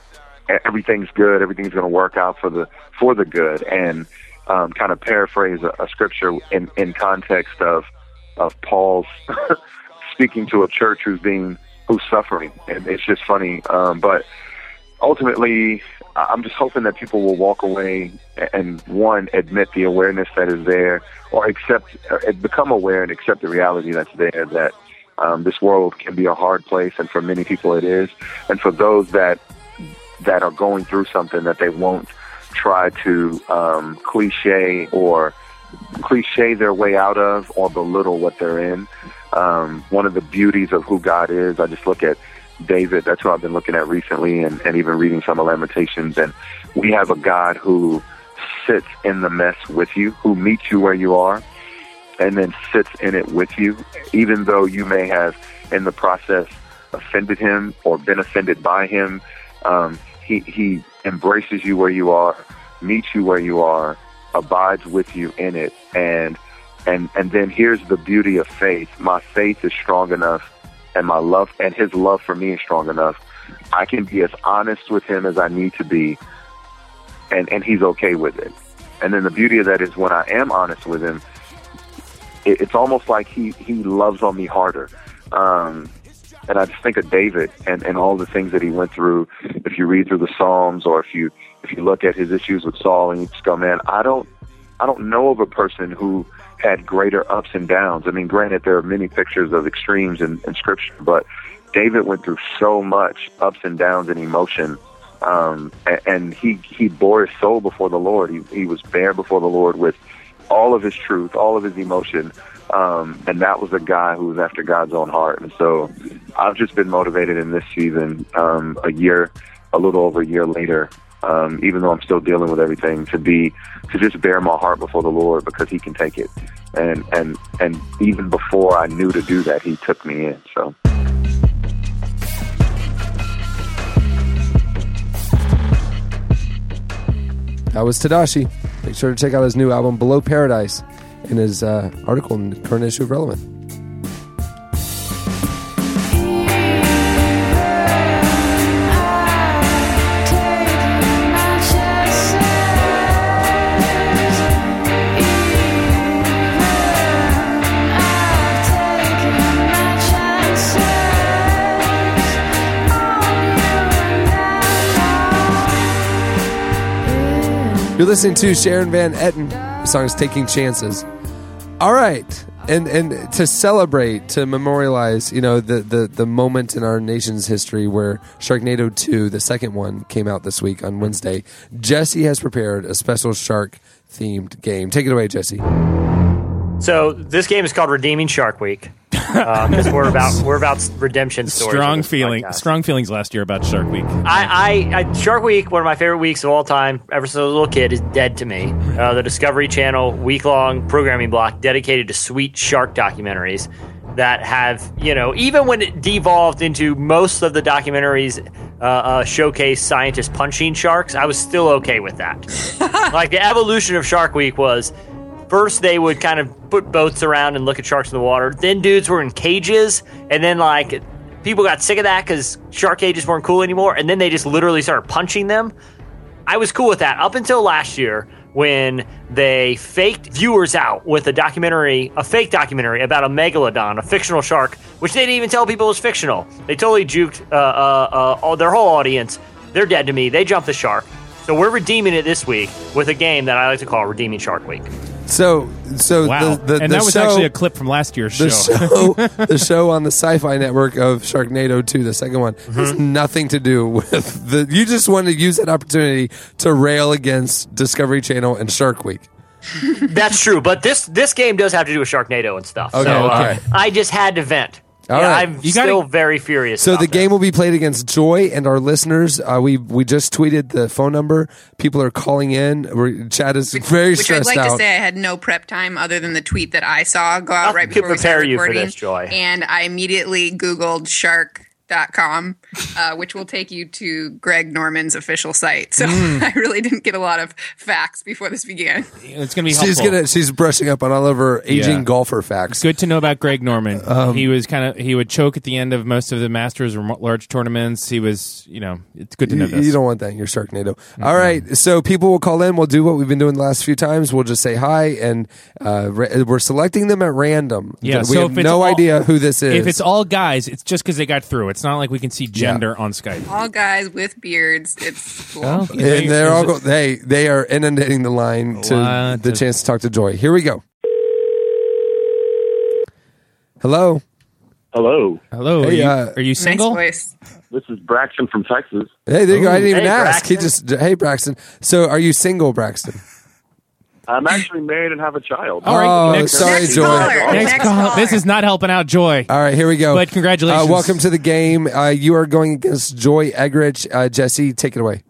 S10: e- everything's good. Everything's going to work out for the for the good," and um, kind of paraphrase a, a scripture in in context of of Paul's speaking to a church who's being who's suffering, and it's just funny. Um, but ultimately, I- I'm just hoping that people will walk away a- and one admit the awareness that is there, or accept, or become aware and accept the reality that's there. That um, this world can be a hard place, and for many people it is. And for those that that are going through something, that they won't try to um, cliche or cliche their way out of or belittle what they're in. Um, one of the beauties of who God is, I just look at David. That's who I've been looking at recently, and, and even reading some of Lamentations. And we have a God who sits in the mess with you, who meets you where you are, and then sits in it with you, even though you may have, in the process, offended him or been offended by him. Um, he, he embraces you where you are, meets you where you are, abides with you in it, and and and then here's the beauty of faith. My faith is strong enough, and my love and His love for me is strong enough. I can be as honest with Him as I need to be, and and He's okay with it. And then the beauty of that is when I am honest with Him, it, it's almost like he he loves on me harder. Um, and I just think of David and, and all the things that he went through. If you read through the Psalms, or if you if you look at his issues with Saul, and you just go, man, I don't I don't know of a person who had greater ups and downs. I mean, granted, there are many pictures of extremes in, in Scripture, but David went through so much ups and downs and emotion, um, and, and he he bore his soul before the Lord. He he was bare before the Lord with all of his truth, all of his emotion, um, and that was a guy who was after God's own heart. And so, I've just been motivated in this season, um, a year, a little over a year later, um, even though I'm still dealing with everything, to be to just bare my heart before the Lord because He can take it. And and and even before I knew to do that, He took me in. So.
S2: That was Tadashi. Make sure to check out his new album, Below Paradise, and his uh, article in the current issue of Relevant. You're listening to Sharon Van Etten. The song is Taking Chances. All right. And and to celebrate, to memorialize, you know, the, the, the moment in our nation's history where Sharknado 2, the second one, came out this week on Wednesday, Jesse has prepared a special shark themed game. Take it away, Jesse.
S5: So this game is called Redeeming Shark Week. Because we're about we're about redemption stories. on
S3: Strong
S5: this
S3: feeling,
S5: podcast.
S3: strong feelings last year about Shark Week.
S5: I, I, I Shark Week, one of my favorite weeks of all time, ever since I was a little kid, is dead to me. Uh, the Discovery Channel week-long programming block dedicated to sweet shark documentaries that have, you know, even when it devolved into most of the documentaries uh, uh, showcase scientists punching sharks, I was still okay with that. like the evolution of Shark Week was first they would kind of put boats around and look at sharks in the water. Then dudes were in cages, and then like people got sick of that because shark cages weren't cool anymore. And then they just literally started punching them. I was cool with that up until last year when they faked viewers out with a documentary, a fake documentary about a megalodon, a fictional shark, which they didn't even tell people was fictional. They totally juked uh, uh, uh, all, their whole audience. They're dead to me. They jumped the shark. So we're redeeming it this week with a game that I like to call Redeeming Shark Week.
S2: So so
S3: Wow,
S2: the, the,
S3: and
S2: the
S3: that was
S2: show,
S3: actually a clip from last year's
S2: the
S3: show.
S2: show, the show on the Sci-Fi Networc of Sharknado 2, the second one, has nothing to do with the. You just want to use that opportunity to rail against Discovery Channel and Shark Week.
S5: That's true, but this this game does have to do with Sharknado and stuff.
S2: Okay,
S5: so uh,
S2: okay.
S5: I just had to vent.
S2: All
S5: Yeah,
S2: right.
S5: I'm
S3: You gotta-
S5: still very furious.
S2: So
S5: about
S2: the
S5: this.
S2: game will be played against Joy and our listeners. Uh, we we just tweeted the phone number. People are calling in. We're, Chad is very
S6: Which I'd
S2: stressed
S6: like to
S2: out.
S6: say I had no prep time other than the tweet that I saw go
S5: Nothing
S6: out right
S5: could
S6: before we
S5: prepare
S6: started
S5: you for
S6: recording.
S5: this, Joy.
S6: And I immediately Googled shark.com, uh, which will take you to Greg Norman's official site. So
S2: Mm.
S6: I really didn't get a lot of facts before this began.
S3: it's going to be helpful.
S2: She's gonna she's brushing up on all of her aging
S3: Yeah.
S2: golfer facts.
S3: Good to know about Greg Norman.
S2: Um,
S3: he was kind of he would choke at the end of most of the Masters or mo- large tournaments. He was, you know, it's good to know
S2: You,
S3: this.
S2: you don't want that in your Sharknado. All right, so people will call in. We'll do what we've been doing the last few times. We'll just say hi, and uh, ra- we're selecting them at random.
S3: Yeah,
S2: we
S3: so
S2: have
S3: if it's
S2: no
S3: all-
S2: idea who this is.
S3: if it's all guys, it's just because they got through. It's not like we can see gender on Skype.
S6: All guys with beards. It's cool.
S2: Oh, and they're all go- they they are inundating the line to
S3: Lots
S2: the
S3: of-
S2: chance to talk to Joy. Here we go. Hello.
S10: Hello,
S3: Hello,
S2: Hey,
S3: are, you,
S2: uh,
S3: are you
S6: Nice
S3: single?
S6: voice.
S10: this is Braxton from Texas.
S2: Hey, there you go. I didn't even
S5: Hey,
S2: ask. He
S5: Braxton.
S2: just, hey, Braxton. So, are you single, Braxton?
S10: I'm actually married and have a child.
S3: All right,
S2: Oh,
S3: next-
S2: sorry,
S6: Next
S2: Joy.
S6: caller.
S3: Next
S6: Next
S3: call.
S6: caller.
S3: This is not helping out Joy.
S2: All right, here we go.
S3: But congratulations.
S2: Uh, welcome to the game. Uh, you are going against Joy Egrich. Uh, Jesse, take it away.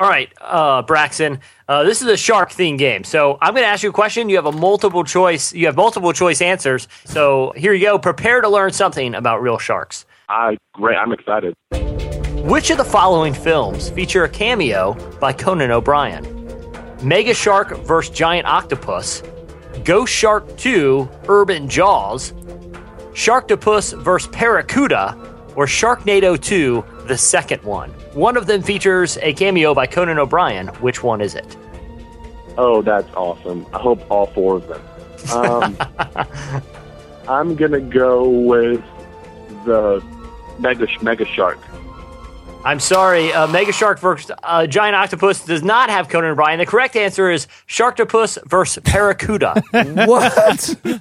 S5: All right, uh, Braxton. Uh, this is a shark theme game, so I'm going to ask you a question. You have a multiple choice. You have multiple choice answers. So here you go. Prepare to learn something about real sharks.
S10: I great. I'm excited.
S5: Which of the following films feature a cameo by Conan O'Brien? Mega Shark vs. Giant Octopus, Ghost Shark 2, Urban Jaws, Sharktopus vs. Paracuda, or Sharknado 2, the second one. One of them features a cameo by Conan O'Brien. Which one is it?
S10: Oh, that's awesome. I hope all four of them. Um, I'm gonna go with the mega mega shark.
S5: I'm sorry, uh, Mega Shark versus uh, Giant Octopus does not have Conan O'Brien. The correct answer is Sharktopus versus Paracuda.
S2: What?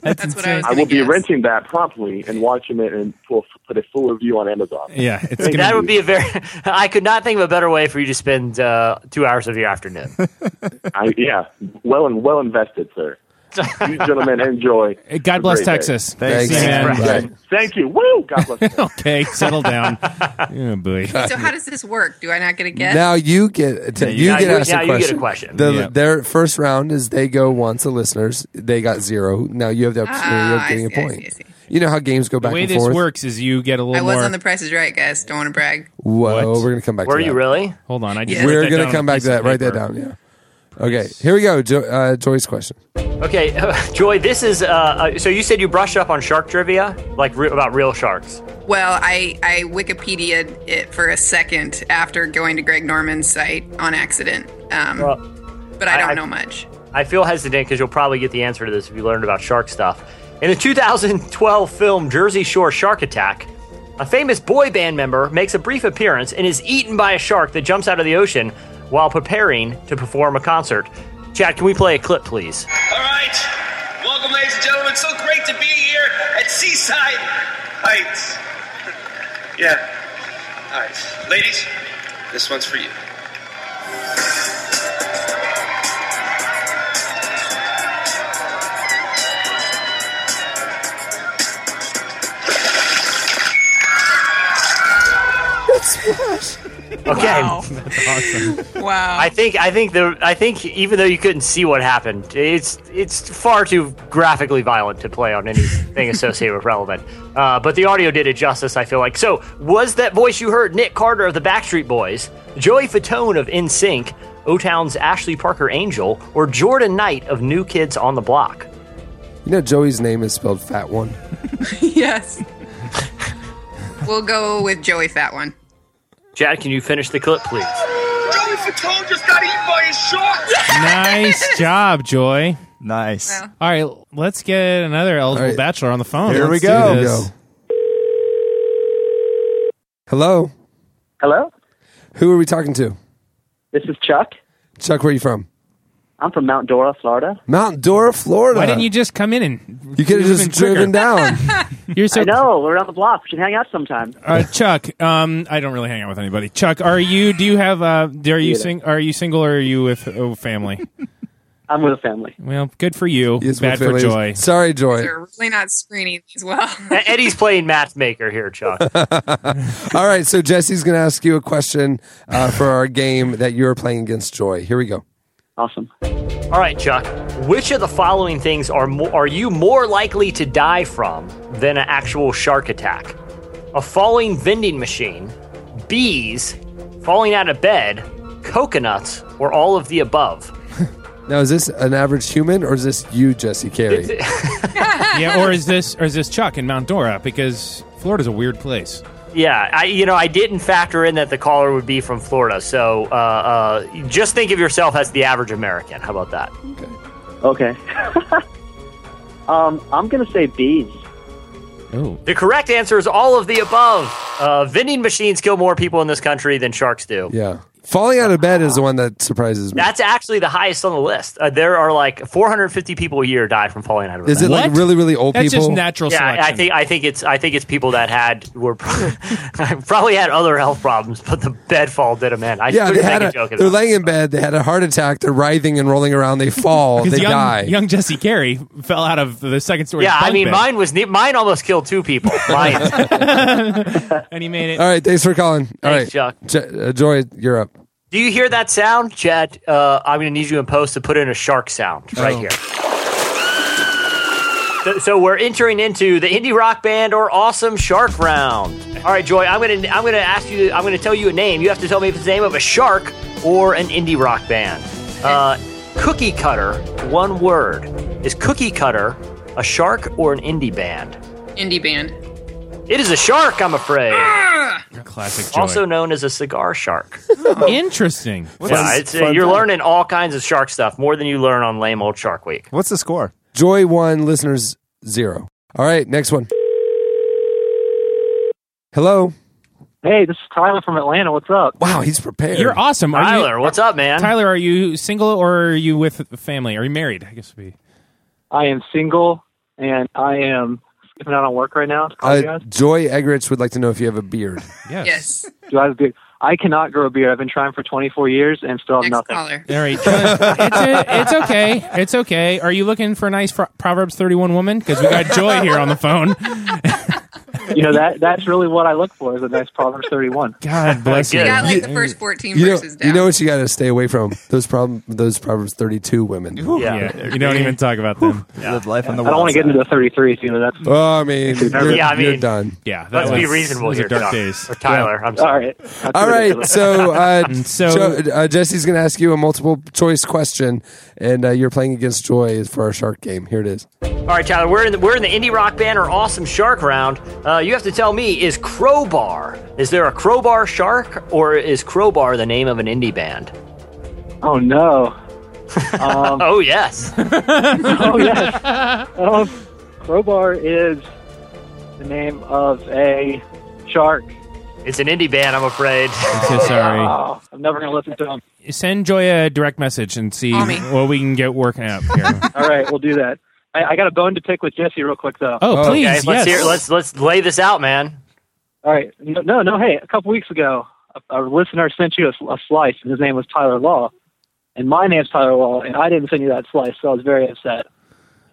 S6: That's, what I was
S10: I
S6: gonna
S10: will be
S6: guess.
S10: renting that promptly and watching it and full, put a full review on Amazon.
S3: Yeah, it's gonna
S5: that would be a very. I could not think of a better way for you to spend uh, two hours of your afternoon.
S10: I, yeah, well and well invested, sir. You gentlemen enjoy. a
S3: Uh, God bless
S10: great day.
S3: Texas.
S4: Thanks.
S3: See you, man.
S2: Right.
S10: Thank you. Woo! God bless. you.
S3: Okay, settle down. oh boy.
S6: So how does this work? Do I not get a guess?
S2: Now you get to, you
S5: now
S2: get
S5: you-
S2: asked
S5: now
S2: a
S5: you get
S2: question.
S5: a question.
S2: The,
S3: Yeah.
S2: Their first round is they go once. The listeners they got zero. Now you have the opportunity
S6: Ah,
S2: of
S6: I
S2: getting
S6: see,
S2: a
S6: I
S2: point.
S6: see, I see.
S2: You know how games go back
S3: the way
S2: and
S3: this
S2: forth.
S3: works is you get a
S6: I
S3: little
S6: was
S3: more.
S6: on the Price is Right, guys. Don't want to brag.
S2: Whoa,
S3: What?
S2: we're gonna come back.
S5: Were
S2: to
S5: you
S2: that.
S5: really?
S3: Hold on, I just
S6: Yeah.
S3: wrote
S2: We're
S3: that
S2: gonna
S3: down on
S2: come
S3: a
S2: back
S3: piece
S2: to that.
S3: of
S2: Write that
S3: paper.
S2: down. Yeah. Okay, here we go. Jo- uh, Joy's question.
S5: Okay, Joy. This is uh, uh, so you said you brushed up on shark trivia, like re- about real sharks.
S6: Well, I I Wikipedia it for a second after going to Greg Norman's site on accident. Um,
S5: Well,
S6: but I don't
S5: I-
S6: know much.
S5: I feel hesitant because you'll probably get the answer to this if you learned about shark stuff. In the 2012 film Jersey Shore Shark Attack, a famous boy band member makes a brief appearance and is eaten by a shark that jumps out of the ocean while preparing to perform a concert. Chad, can we play a clip, please?
S11: All right. Welcome, ladies and gentlemen. So great to be here at Seaside Heights. yeah. All right. Ladies, this one's for you.
S5: Okay.
S6: Wow. Wow.
S5: I think I think the I think even though you couldn't see what happened, it's it's far too graphically violent to play on anything associated with relevant. Uh, but the audio did it justice, I feel like. So was that voice you heard Nick Carter of the Backstreet Boys, Joey Fatone of NSYNC, O Town's Ashley Parker Angel, or Jordan Knight of New Kids on the Block?
S2: You know Joey's name is spelled fat one.
S6: yes. we'll go with Joey Fat One.
S5: Chad, can you finish the clip, please?
S11: Joey Fatone just got eaten by a shark.
S3: Nice job, Joy.
S4: Nice.
S6: Well.
S3: All right, let's get another eligible
S2: All right.
S3: bachelor on the phone.
S4: Here we
S3: Let's do
S4: go.
S3: this.
S2: Go. Hello.
S11: Hello,
S2: Who are we talking to?
S11: this is Chuck.
S2: Chuck, where are you from?
S11: I'm from Mount Dora, Florida.
S2: Mount Dora, Florida.
S3: Why didn't you just come in and
S2: You could have
S3: would've
S2: just
S3: been quicker.
S2: driven down.
S3: You're so
S11: No, we're on the block. We should hang out sometime.
S3: Uh, Chuck, um, I don't really hang out with anybody. Chuck, are you? Do you have? Uh, are you sing? Are you single or are you with a family?
S11: I'm with a family.
S3: well, good for you.
S2: Yes,
S3: Bad
S2: my
S3: for
S2: family is-
S3: Joy.
S2: Sorry, Joy.
S6: They're really not screening these well.
S5: Eddie's playing matchmaker here, Chuck.
S2: All right, so Jesse's going to ask you a question uh, for our game that you're playing against Joy. Here we go.
S11: Awesome.
S5: All right, Chuck. Which of the following things are mo- are you more likely to die from than an actual shark attack? A falling vending machine, bees, falling out of bed, coconuts, or all of the above?
S2: Now, is this an average human or is this you, Jesse Carey?
S3: yeah, or is this? Or is this Chuck in Mount Dora? Because Florida's a weird place.
S5: Yeah, I you know I didn't factor in that the caller would be from Florida, so uh, uh, just think of yourself as the average American. How about that?
S11: Okay. um, I'm gonna say bees.
S3: Oh,
S5: The correct answer is all of the above. Uh, vending machines kill more people in this country than sharks do.
S2: Yeah. Falling out of bed is the one that surprises me.
S5: That's actually the highest on the list. Uh, there are like 450 people a year die from falling out of a
S2: Is
S5: bed.
S2: it like
S3: What?
S2: really, really old
S3: that's
S2: people?
S3: just natural
S5: Yeah, I-
S3: selection.
S5: I think I think it's I think it's people that had were pro- probably had other health problems, but the bed fall did them in. I
S2: yeah, they
S5: couldn't
S2: had
S5: make
S2: a,
S5: a joke.
S2: they're laying in bed. They had a heart attack. They're writhing and rolling around. They fall.
S3: 'Cause
S2: they
S3: young,
S2: die.
S3: Young Jesse Carey fell out of the second story.
S5: yeah, I
S3: bunk
S5: mean,
S3: bed,
S5: mine was ne- mine almost killed two people. Mine,
S3: and he made it.
S2: All right, thanks for calling. All right,
S5: Thanks, Chuck.
S2: Je- uh, Joy, you're up.
S5: do you hear that sound, Chad? Uh, I'm going to need you in post to put in a shark sound right here. So, so we're entering into the indie rock band or awesome shark round. All right, Joy, I'm gonna I'm gonna ask you. I'm gonna tell you a name. You have to tell me if it's the name of a shark or an indie rock band. Uh, cookie cutter, one word. Is cookie cutter a shark or an indie band?
S6: Indie band.
S5: It is a shark, I'm afraid.
S2: Uh,
S3: Classic Joy.
S5: Also known as a cigar shark.
S3: interesting.
S5: yeah, it's, uh,
S4: fun
S5: you're
S4: fact.
S5: learning all kinds of shark stuff more than you learn on lame old Shark Week.
S4: What's the score?
S2: Joy one, listeners zero. All right, next one. Hello.
S11: Hey, this is Tyler from Atlanta. What's up?
S2: Wow, he's prepared.
S3: You're awesome, are
S5: Tyler,
S3: You,
S5: what's up, man?
S3: Tyler, are you single or are you with a family? Are you married? I guess would be.
S11: I am single, and I am skipping out on work right now. To call you
S2: Uh,
S11: guys.
S2: Joy Egrich would like to know if you have a beard.
S3: Yes.
S6: Yes.
S11: Do I have a beard?
S12: I cannot grow a beard. I've been trying for 24 years and
S10: Oh,
S12: still have nothing.
S3: All right, John, it's, a, it's okay. It's okay. Are you looking for a nice Pro- Proverbs 31 woman? Because we got Joy here on the phone.
S12: You know that that's really what I look for is a nice Proverbs 31.
S3: God
S2: bless
S6: You got like the first 14
S2: You know,
S6: verses down.
S2: you know what you got to stay away from those problem those Proverbs thirty two women.
S3: Yeah. You don't even talk about them.
S4: Live life on the
S12: I don't want to get into the 33s. You know that's.
S2: Oh, I mean, you're,
S12: Yeah, I
S2: you're
S12: mean,
S2: done.
S3: Yeah,
S5: that Let's be was- reasonable those are here, dark Chuck. days. Or Tyler, I'm
S12: All
S5: sorry.
S12: right. That's
S2: All right,
S12: ridiculous.
S2: so uh,
S3: so-
S2: Jo- uh, Jesse's going to ask you a multiple choice question, and uh, you're playing against Joy for our shark game. Here it is.
S5: All right, Tyler, we're in the, we're in the indie rock band or awesome shark round. Uh, you have to tell me is crowbar is there a crowbar shark or is crowbar the name of an indie band?
S12: Oh no. Um,
S5: oh yes.
S12: oh yes. Um, crowbar is the name of a shark.
S5: It's an indie band, I'm afraid.
S3: I'm so sorry.
S12: Oh, I'm never gonna listen to them.
S3: Send Joy a direct message and see
S6: Call me.
S3: what we can get working up here.
S12: All right, we'll do that. I, I got a bone to pick with Jesse real quick though.
S3: Oh, please.
S5: Okay, let's
S3: yes.
S5: hear let's let's lay this out, man.
S12: All right. No, no, no. Hey, a couple weeks ago, a, a listener sent you a, a slice, and his name was Tyler Law, and my name's Tyler Law, and I didn't send you that slice, so I was very upset.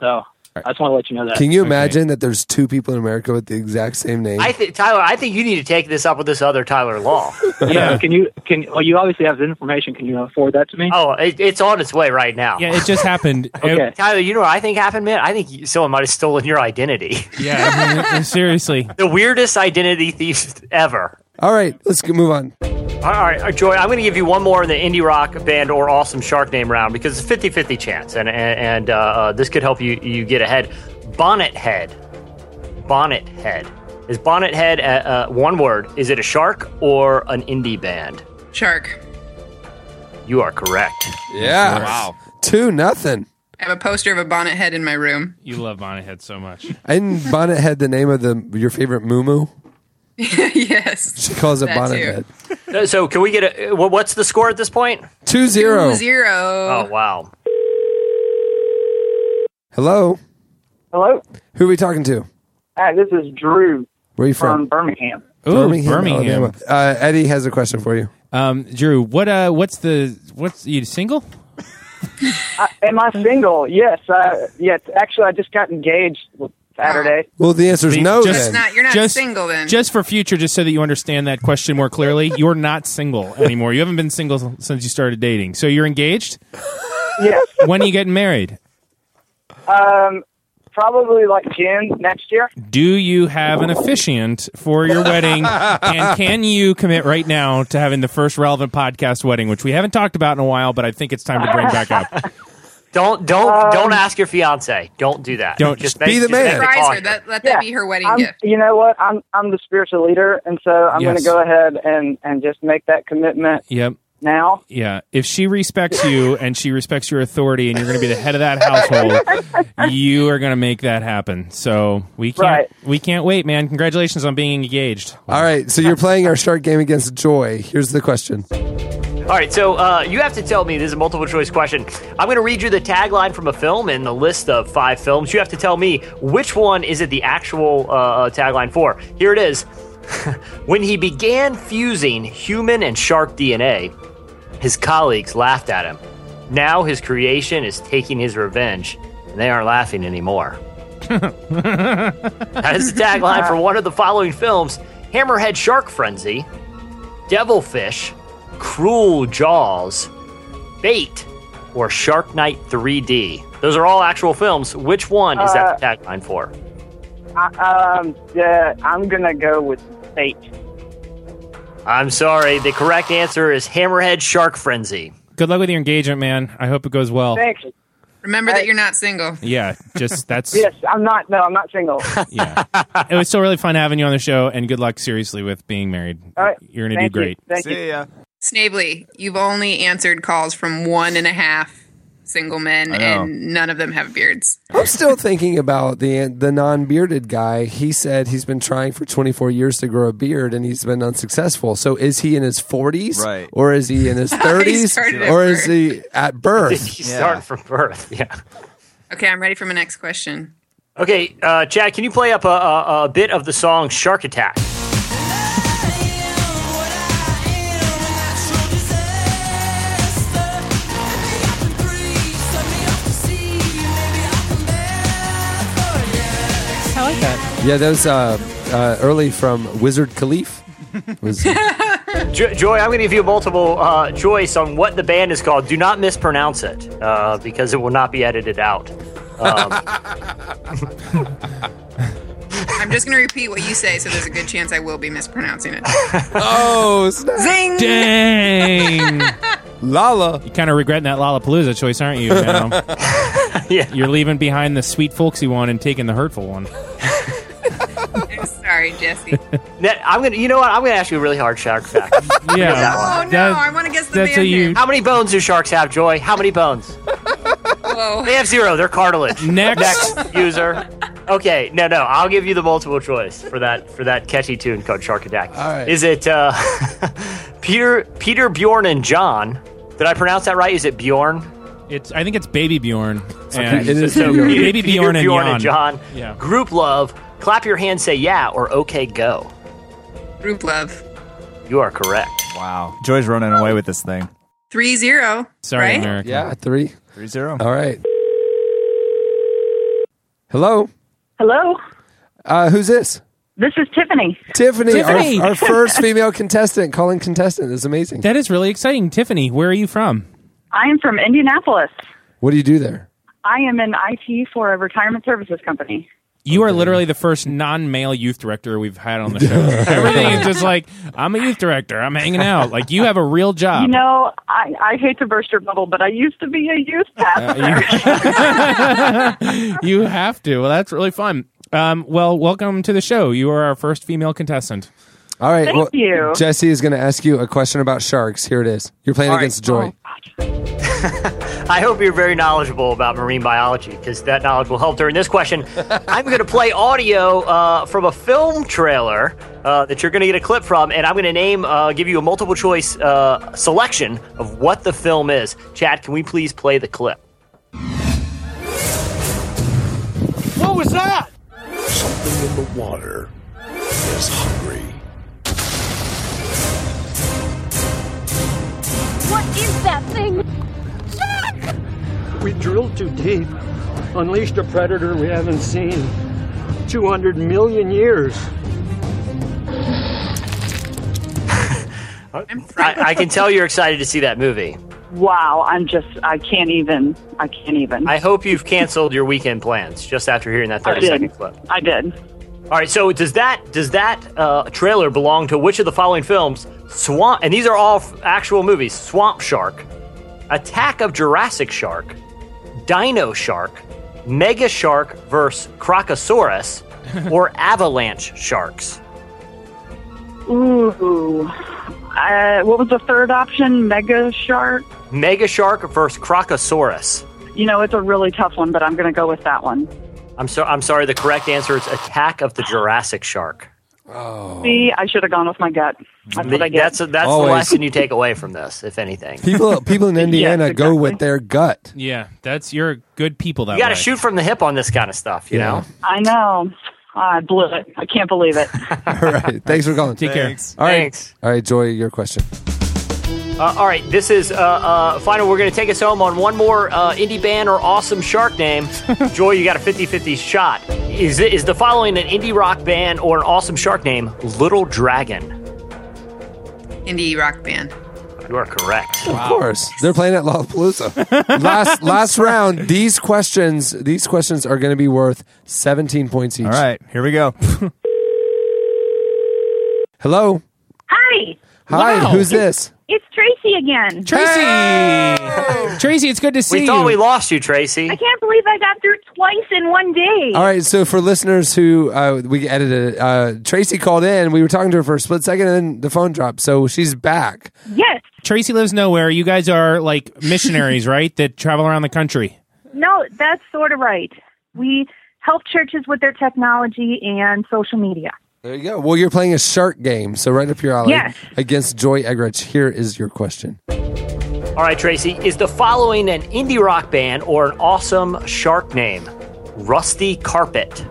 S12: So I just want to let you know that.
S2: Can you imagine that there's two people in America with the exact same name?
S5: I think Tyler, I think you need to take this up with this other Tyler Law.
S12: yeah. Can you? Can well, you obviously have the information? Can you forward that to me?
S5: oh, it, it's on its way right now.
S3: Yeah, it just happened.
S12: Okay.
S5: Tyler, you know what I think happened, man? I think you- someone might have stolen your identity.
S3: yeah, I mean, seriously.
S5: the weirdest identity thief ever.
S2: All right, let's g- move on.
S5: All right, all right, Joy, I'm going to give you one more in the indie rock band or awesome shark name round because it's a 50 50 chance, and, and, and uh, uh, this could help you, you get ahead. Bonnet Head. Bonnet Head. Is Bonnet Head uh, uh, one word? Is it a shark or an indie band?
S6: Shark.
S5: You are correct.
S2: Yeah. Wow. Two nothing.
S6: I have a poster of a bonnet head in my room.
S3: You love Bonnet Head so much.
S2: And Bonnet had the name of the your favorite Moo Moo.
S6: yes.
S2: She calls it
S6: That
S2: Bonnet
S6: too.
S2: Head.
S5: Uh, So, can we get a. wh- What's the score at this point?
S2: Two zero.
S6: Zero.
S5: Oh, wow.
S2: Hello.
S13: Hello.
S2: Who are we talking to?
S13: Hi, Uh, this is Drew
S2: Where are you
S13: from
S2: from?
S13: Birmingham.
S3: Ooh, Birmingham.
S2: Alabama. Uh, Eddie has a question for you.
S3: Um, Drew, what uh, what's the what's you single?
S13: I, am I single? Yes. I, yes. Actually, I just got engaged Saturday.
S2: Well, the answer is
S3: Be-
S2: no.
S3: just-
S2: then.
S6: Not, you're not
S3: Just-
S6: single then.
S3: Just for future, just so that you understand that question more clearly, you're not single anymore. You haven't been single since you started dating. So you're engaged.
S13: Yes.
S3: When are you getting married?
S13: Um, probably like June next year.
S3: Do you have an officiant for your wedding? and can you commit right now to having the first relevant podcast wedding, which we haven't talked about in a while, but I think it's time to bring back up.
S5: Don't don't don't ask your fiance. Don't do that.
S3: Don't.
S5: just
S3: Be
S5: make,
S2: the
S5: just make
S2: man.
S5: the
S6: Surprise
S5: call
S6: her. That, let
S13: Yeah,
S6: that be her wedding
S13: I'm,
S6: gift.
S13: You know what? I'm I'm the spiritual leader, and so I'm
S3: Yes.
S13: going to go ahead and and just make that commitment
S3: Yep.
S13: now.
S3: Yeah. If she respects you and she respects your authority and you're going to be the head of that household, you are going to make that happen. So we can't
S13: Right.
S3: we can't wait, man. Congratulations on being engaged.
S2: All right, so you're playing our shark game against Joy. Here's the question.
S5: All right, so uh, you have to tell me. This is a multiple choice question. I'm going to read you the tagline from a film and the list of five films. You have to tell me which one is it the actual uh, uh, tagline for. Here it is. when he began fusing human and shark DNA, his colleagues laughed at him. Now his creation is taking his revenge, and they aren't laughing anymore. that is the tagline for one of the following films Hammerhead Shark Frenzy, Devilfish, Cruel Jaws, Bait, or Shark Night 3D. Those are all actual films. Which one is that the tagline for?
S13: I, um, yeah, I'm going to go with eight.
S5: I'm sorry, the correct answer is Hammerhead Shark Frenzy.
S3: Good luck with your engagement, man. I hope it goes well.
S13: Thanks.
S6: Remember that you're not single.
S3: Yeah, just that's
S13: Yes, I'm not. No, I'm not single.
S3: yeah. It was still really fun having you on the show, and good luck seriously with being married.
S13: All right.
S3: You're gonna
S13: Thank
S3: do
S13: you.
S3: great.
S13: Thank you.
S4: See ya.
S6: Snavely, you've only answered calls from one and a half single men,
S4: I know.
S6: and none of them have beards.
S2: I'm still thinking about the the non-bearded guy. He said he's been trying for 24 years to grow a beard and he's been unsuccessful. So is he in his 40s
S4: Right.
S2: or is he in his 30s
S6: started at
S2: or is
S6: birth.
S2: he at birth?
S5: You start from birth, yeah.
S6: Okay, I'm ready for my next question.
S5: Okay, uh, Chad, can you play up a, a, a bit of the song Shark Attack?
S8: What I am,
S2: Yeah, those uh, uh, early from Wizard Khalif. Was,
S5: Jo- Joy, I'm going to give you a multiple uh, choice on what the band is called. Do not mispronounce it uh, because it will not be edited out. Um,
S6: I'm just going to repeat what you say, so there's a good chance I will be mispronouncing it.
S2: oh, snap.
S6: Zing!
S3: Dang.
S2: Lala.
S3: You're kind of regretting that Lollapalooza choice, aren't you? Now?
S5: yeah.
S3: You're leaving behind the sweet, folksy one and taking the hurtful one.
S6: I'm sorry, Jesse.
S5: Ned, I'm gonna. You know what? I'm gonna ask you a really hard shark fact.
S3: Yeah.
S6: Oh, no,
S3: That-
S6: I want to guess the
S3: that's
S6: band
S3: a you-
S6: name.
S5: How many bones do sharks have, Joy? How many bones?
S6: Whoa.
S5: They have zero. They're cartilage.
S3: Next.
S5: Next user. Okay, no, no. I'll give you the multiple choice for that for that catchy tune called Shark Attack.
S2: All right.
S5: Is it uh, Peter Peter Bjorn and John? Did I pronounce that right? Is it Bjorn?
S3: It's. I think it's Baby Bjorn. And
S2: It is
S5: So
S2: Bjorn.
S5: Peter-
S3: Baby
S5: Peter
S3: Bjorn and Jan.
S5: John.
S3: Yeah.
S5: Group love. Clap your hands, say yeah, or okay, go.
S6: Group love.
S5: You are correct.
S4: Wow. Joy's running away with this thing.
S6: 3 0.
S3: Sorry,
S6: right?
S3: America.
S2: yeah, three.
S4: 3 0.
S2: All right. Hello.
S14: Hello,
S2: Uh, who's this?
S14: this is Tiffany.
S2: Tiffany,
S3: Tiffany.
S2: Our, our first female contestant, calling contestant. This is amazing.
S3: That is really exciting, Tiffany. Where are you from?
S14: I am from Indianapolis.
S2: What do you do there?
S14: I am in IT for a retirement services company.
S3: You are literally the first non-male youth director we've had on the show. Everything is just like I'm a youth director. I'm hanging out. Like you have a real job.
S14: You know, I, I hate to burst your bubble, but I used to be a youth pastor.
S3: Uh, you, you have to. Well, that's really fun. Um, well, welcome to the show. You are our first female contestant.
S2: All right.
S14: Thank
S2: well,
S14: you.
S2: Jesse is going to ask you a question about sharks. Here it is. You're playing against Joy.
S14: Oh.
S5: I hope you're very knowledgeable about marine biology because that knowledge will help during this question. I'm going to play audio uh, from a film trailer uh, that you're going to get a clip from, and I'm going to name, uh, give you a multiple choice uh, selection of what the film is. Chad, can we please play the clip?
S11: What was that?
S15: Something in the water is hungry.
S16: What is that thing?
S17: We drilled too deep, unleashed a predator we haven't seen in 200 million years.
S5: I, I can tell you're excited to see that movie.
S14: Wow, I'm just, I can't even, I can't even.
S5: I hope you've canceled your weekend plans just after hearing that 30 second clip.
S14: I did.
S5: All right, so does that does that uh, trailer belong to which of the following films? Swamp, and these are all f- actual movies: Swamp Shark, Attack of Jurassic Shark, Dino Shark, Mega Shark vs. Crocosaurus, or Avalanche Sharks.
S14: Ooh. Uh, what was the third option? Mega Shark?
S5: Mega Shark vs. Crocosaurus.
S14: You know, it's a really tough one, but I'm going to go with that one.
S5: I'm so I'm sorry. The correct answer is Attack of the Jurassic Shark.
S14: See, I should have gone with my gut. That's what I get.
S5: That's that's
S2: Always.
S5: the lesson you take away from this, if anything.
S2: People, people in Indiana go with their gut.
S3: Yeah, that's you're good people that
S5: You got to
S3: way.
S5: shoot from the hip on this kind of stuff, you know.
S14: I know. I blew it. I can't believe it.
S2: All right. Thanks for calling.
S3: Take care.
S2: Thanks. All right.
S5: Thanks.
S2: All right, Joy, your question.
S5: Uh, all right, this is uh, uh, final. We're going to take us home on one more uh, indie band or awesome shark name. Joy, you got a 50 50 shot. Is, it, is the following an indie rock band or an awesome shark name? Little Dragon.
S6: Indie rock band.
S5: You are correct.
S2: Of course, they're playing at Lollapalooza. last last round. These questions, these questions are going to be worth 17 points each.
S4: All right. Here we go.
S2: Hello.
S16: Hi,
S2: Hi.
S3: Wow.
S2: Who's this?
S16: it's Tracy again.
S3: Tracy. Tracy, it's good to see
S5: we
S3: you.
S5: thought we lost you, Tracy.
S16: I can't believe I got through twice in one day.
S2: All right. So for listeners who uh, we edited, it, uh, Tracy called in. We were talking to her for a split second, and then the phone dropped. So she's back.
S16: Yes.
S3: Tracy lives nowhere. You guys are like missionaries, right? That travel around the country.
S16: No, that's sort of right. We help churches with their technology and social media.
S2: There you go. Well, you're playing a shark game, so right up your alley
S16: Yes.
S2: against Joy Egrich. Here is your question.
S5: All right, Tracy, is the following an indie rock band or an awesome shark name? Rusty Carpet.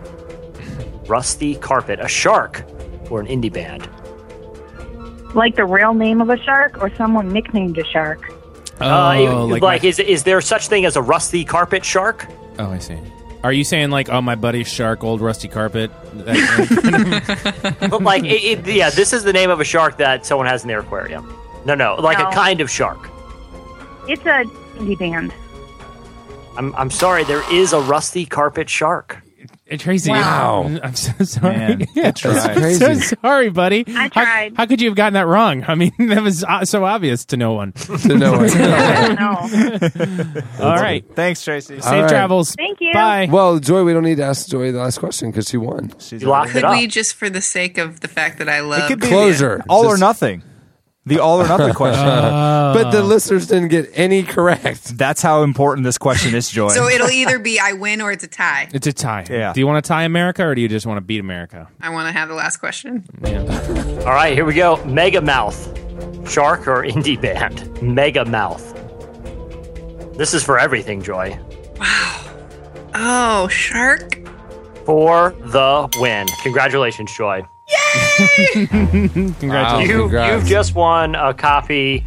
S5: Rusty Carpet. A shark or an indie band?
S16: Like the real name of a shark or someone nicknamed a shark.
S5: uh,
S3: Oh,
S5: like, is, is there such thing as a rusty carpet shark?
S3: Oh, I see. Are you saying like, oh, my buddy's shark, old rusty carpet?
S5: but like, it, it, yeah, this is the name of a shark that someone has in their aquarium. No, no, like
S16: No.
S5: a kind of shark.
S16: It's a indie band.
S5: I'm, I'm sorry, there is a rusty carpet shark.
S3: Tracy, I'm, I'm so sorry.
S5: Man,
S3: Yeah,
S5: good try.
S3: I'm so
S5: Crazy.
S3: sorry, buddy.
S16: I
S3: How-
S16: tried.
S3: How, could you have gotten that wrong? I mean, that was uh, so obvious to no one. to
S2: no one.
S3: All right.
S4: Thanks,
S3: Uh,
S4: Tracy.
S2: All right.
S16: Thank you.
S2: Well, Joy, we don't need to ask Joy the last question because she won.
S4: She's
S6: Could we just for the sake of the fact that I love
S4: could be
S2: Closer.
S4: all or nothing. The all or nothing question.
S2: Uh. But the listeners didn't get any correct.
S4: That's how important this question is, Joy.
S6: So it'll either be I win or it's a tie.
S3: It's a tie. Yeah. Do you want to tie America or do you just want to beat America?
S6: I want to have the last question.
S5: All right, here we go. Mega Mouth. Shark or indie band? Mega Mouth. This is for everything, Joy.
S6: Oh, shark.
S5: For the win. Congratulations, Joy.
S3: Congratulations.
S5: you, You've just won a copy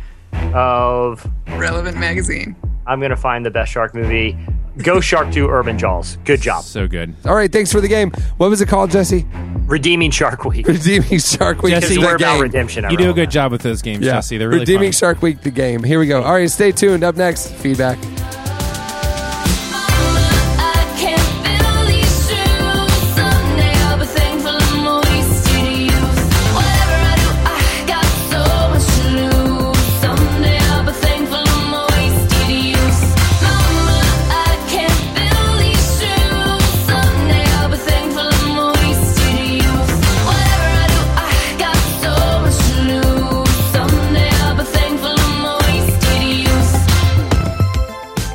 S5: of
S6: Relevant Magazine.
S5: I'm going to find the best shark movie. Go Shark 2 Urban Jaws. Good job.
S3: So good.
S2: All right, thanks for the game. What was it called, Jesse?
S5: Redeeming Shark Week.
S2: Redeeming Shark Week.
S5: Jesse,
S2: the
S5: we're about
S2: game.
S5: redemption.
S3: You do a good job with those games, Jesse. They're really
S2: Redeeming
S3: fun.
S2: Shark Week, the game. Here we go. All right, stay tuned. Up next, feedback.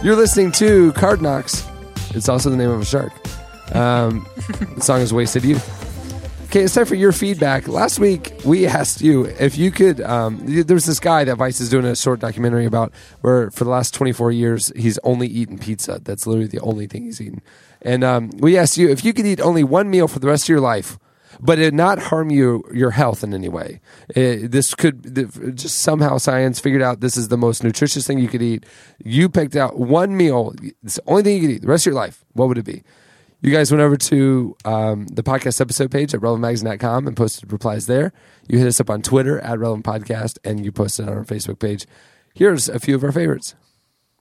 S2: You're listening to Card Knocks. It's also the name of a shark. Um, the song is Wasted Youth. Okay, it's time for your feedback. Last week, we asked you if you could. Um, y- there was this guy that Vice is doing a short documentary about where for the last 24 years, he's only eaten pizza. That's literally the only thing he's eaten. And um, we asked you if you could eat only one meal for the rest of your life, but it not harm you your health in any way. Uh this could th- just somehow science figured out this is the most nutritious thing you could eat. You picked out one meal. It's the only thing you could eat the rest of your life. What would it be? You guys went over to um, the podcast episode page at relevantmagazine.com and posted replies there. You hit us up on Twitter at relevant podcast and you posted on our Facebook page. Here's a few of our favorites.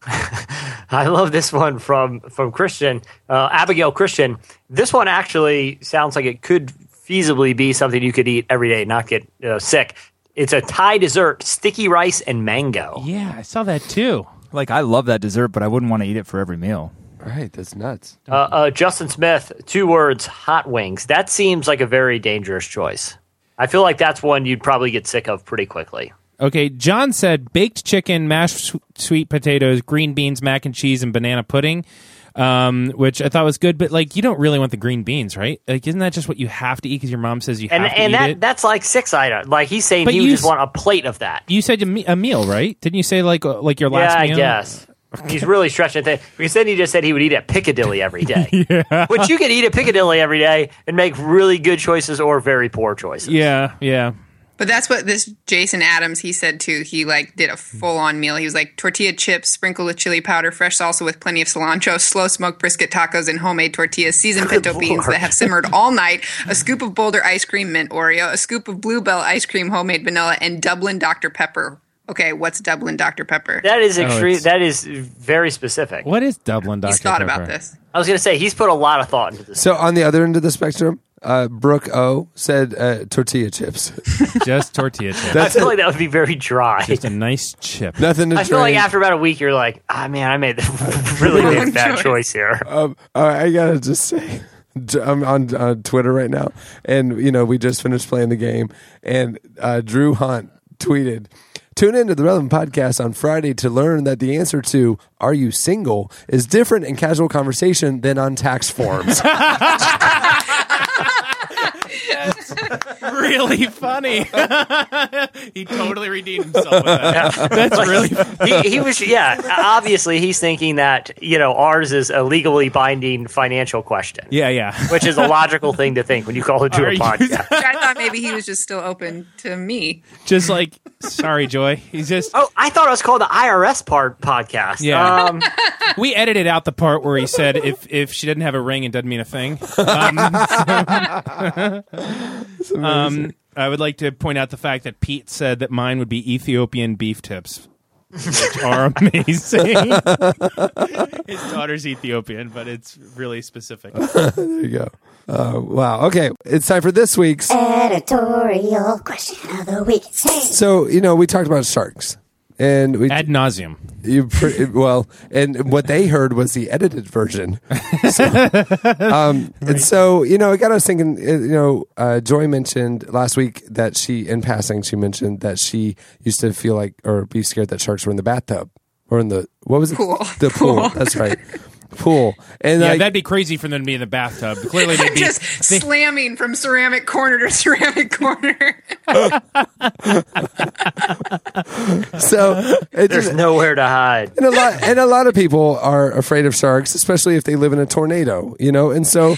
S5: I love this one from from Christian uh, Abigail Christian. This one actually sounds like it could feasibly be something you could eat every day, not get uh, sick. It's a Thai dessert: sticky rice and mango.
S3: Yeah, I saw that too.
S4: Like I love that dessert, but I wouldn't want to eat it for every meal.
S2: Right, that's nuts.
S5: Uh, uh, Justin Smith, two words: hot wings. That seems like a very dangerous choice. I feel like that's one you'd probably get sick of pretty quickly.
S3: Okay, John said baked chicken, mashed sw- sweet potatoes, green beans, mac and cheese, and banana pudding, um, which I thought was good. But like, you don't really want the green beans, right? Like, isn't that just what you have to eat because your mom says you
S5: And
S3: have to
S5: and
S3: eat
S5: that
S3: it?
S5: that's like six item. Like he's saying
S3: But
S5: he
S3: you
S5: would just
S3: s-
S5: want a plate of that.
S3: You said a, me- a meal, right? Didn't you say like uh, like your last
S5: yeah,
S3: meal?
S5: I guess. He's really stretching the thing. Because then he just said he would eat at Piccadilly every day. yeah. Which you could eat at Piccadilly every day and make really good choices or very poor choices.
S3: Yeah, yeah.
S6: But that's what this Jason Adams he said too. He like did a full on meal. He was like tortilla chips sprinkled with chili powder, fresh salsa with plenty of cilantro, slow smoked brisket tacos and homemade tortillas, seasoned pinto beans that have simmered all night, a scoop of Boulder ice cream mint Oreo, a scoop of Bluebell ice cream homemade vanilla, and Dublin Dr Pepper. Okay, what's Dublin Dr Pepper?
S5: That is
S3: Oh,
S5: extreme.
S3: it's-
S5: that is very specific.
S3: What is Dublin Dr.
S6: He's thought
S3: Pepper?
S6: about this.
S5: I was going to say, he's put a lot of thought into this.
S2: So on the other end of the spectrum, uh, Brooke O said uh, tortilla chips.
S3: Just tortilla chips.
S5: I feel like that would be very dry.
S3: Just a nice chip.
S2: Nothing to
S5: I feel like
S2: trade.
S5: after about a week, you're like, ah, man, I made the really big bad choice here.
S3: Uh.
S2: Um, all right, I gotta just say, J- I'm on uh, Twitter right now, and you know we just finished playing the game, and uh, Drew Hunt tweeted. Tune into the Relevant Podcast on Friday to learn that the answer to "Are you single?" is different in casual conversation than on tax forms.
S3: really funny. he totally redeemed himself with that. That's really
S5: he, he was yeah. Obviously, he's thinking that you know ours is a legally binding financial question.
S3: Yeah, yeah.
S5: which is a logical thing to think when you call into
S3: Are
S5: a
S3: you-
S5: podcast.
S6: I thought maybe he was just still open to me.
S3: Just like, sorry, Joy. He's just.
S5: Oh, I thought it was called the IRS part podcast.
S3: Yeah.
S5: Um,
S3: we edited out the part where he said if if she didn't have a ring, it doesn't mean a thing. Um, so- um, I would like to point out the fact that Pete said that mine would be Ethiopian beef tips, which are amazing. His daughter's Ethiopian, but it's really specific.
S2: there you go. Uh, wow. Okay, it's time for this week's.
S18: Editorial question of the week.
S2: So you know we talked about sharks and we ad
S3: nauseum.
S2: You pre- well, and what they heard was the edited version. So, um, And so you know, it got us thinking. uh, You know, uh, Joy mentioned last week that she, in passing, she mentioned that she used to feel like or be scared that sharks were in the bathtub or in the what was it?
S6: Pool.
S2: The pool.
S6: Pool.
S2: That's right. Pool. And
S3: yeah,
S2: like,
S3: that'd be crazy for them to be in the bathtub. Clearly, they'd be.
S6: just slamming from ceramic corner to ceramic corner.
S2: so it
S5: there's
S2: just-
S5: nowhere to hide.
S2: And a lot and a lot of people are afraid of sharks, especially if they live in a tornado, you know. And so,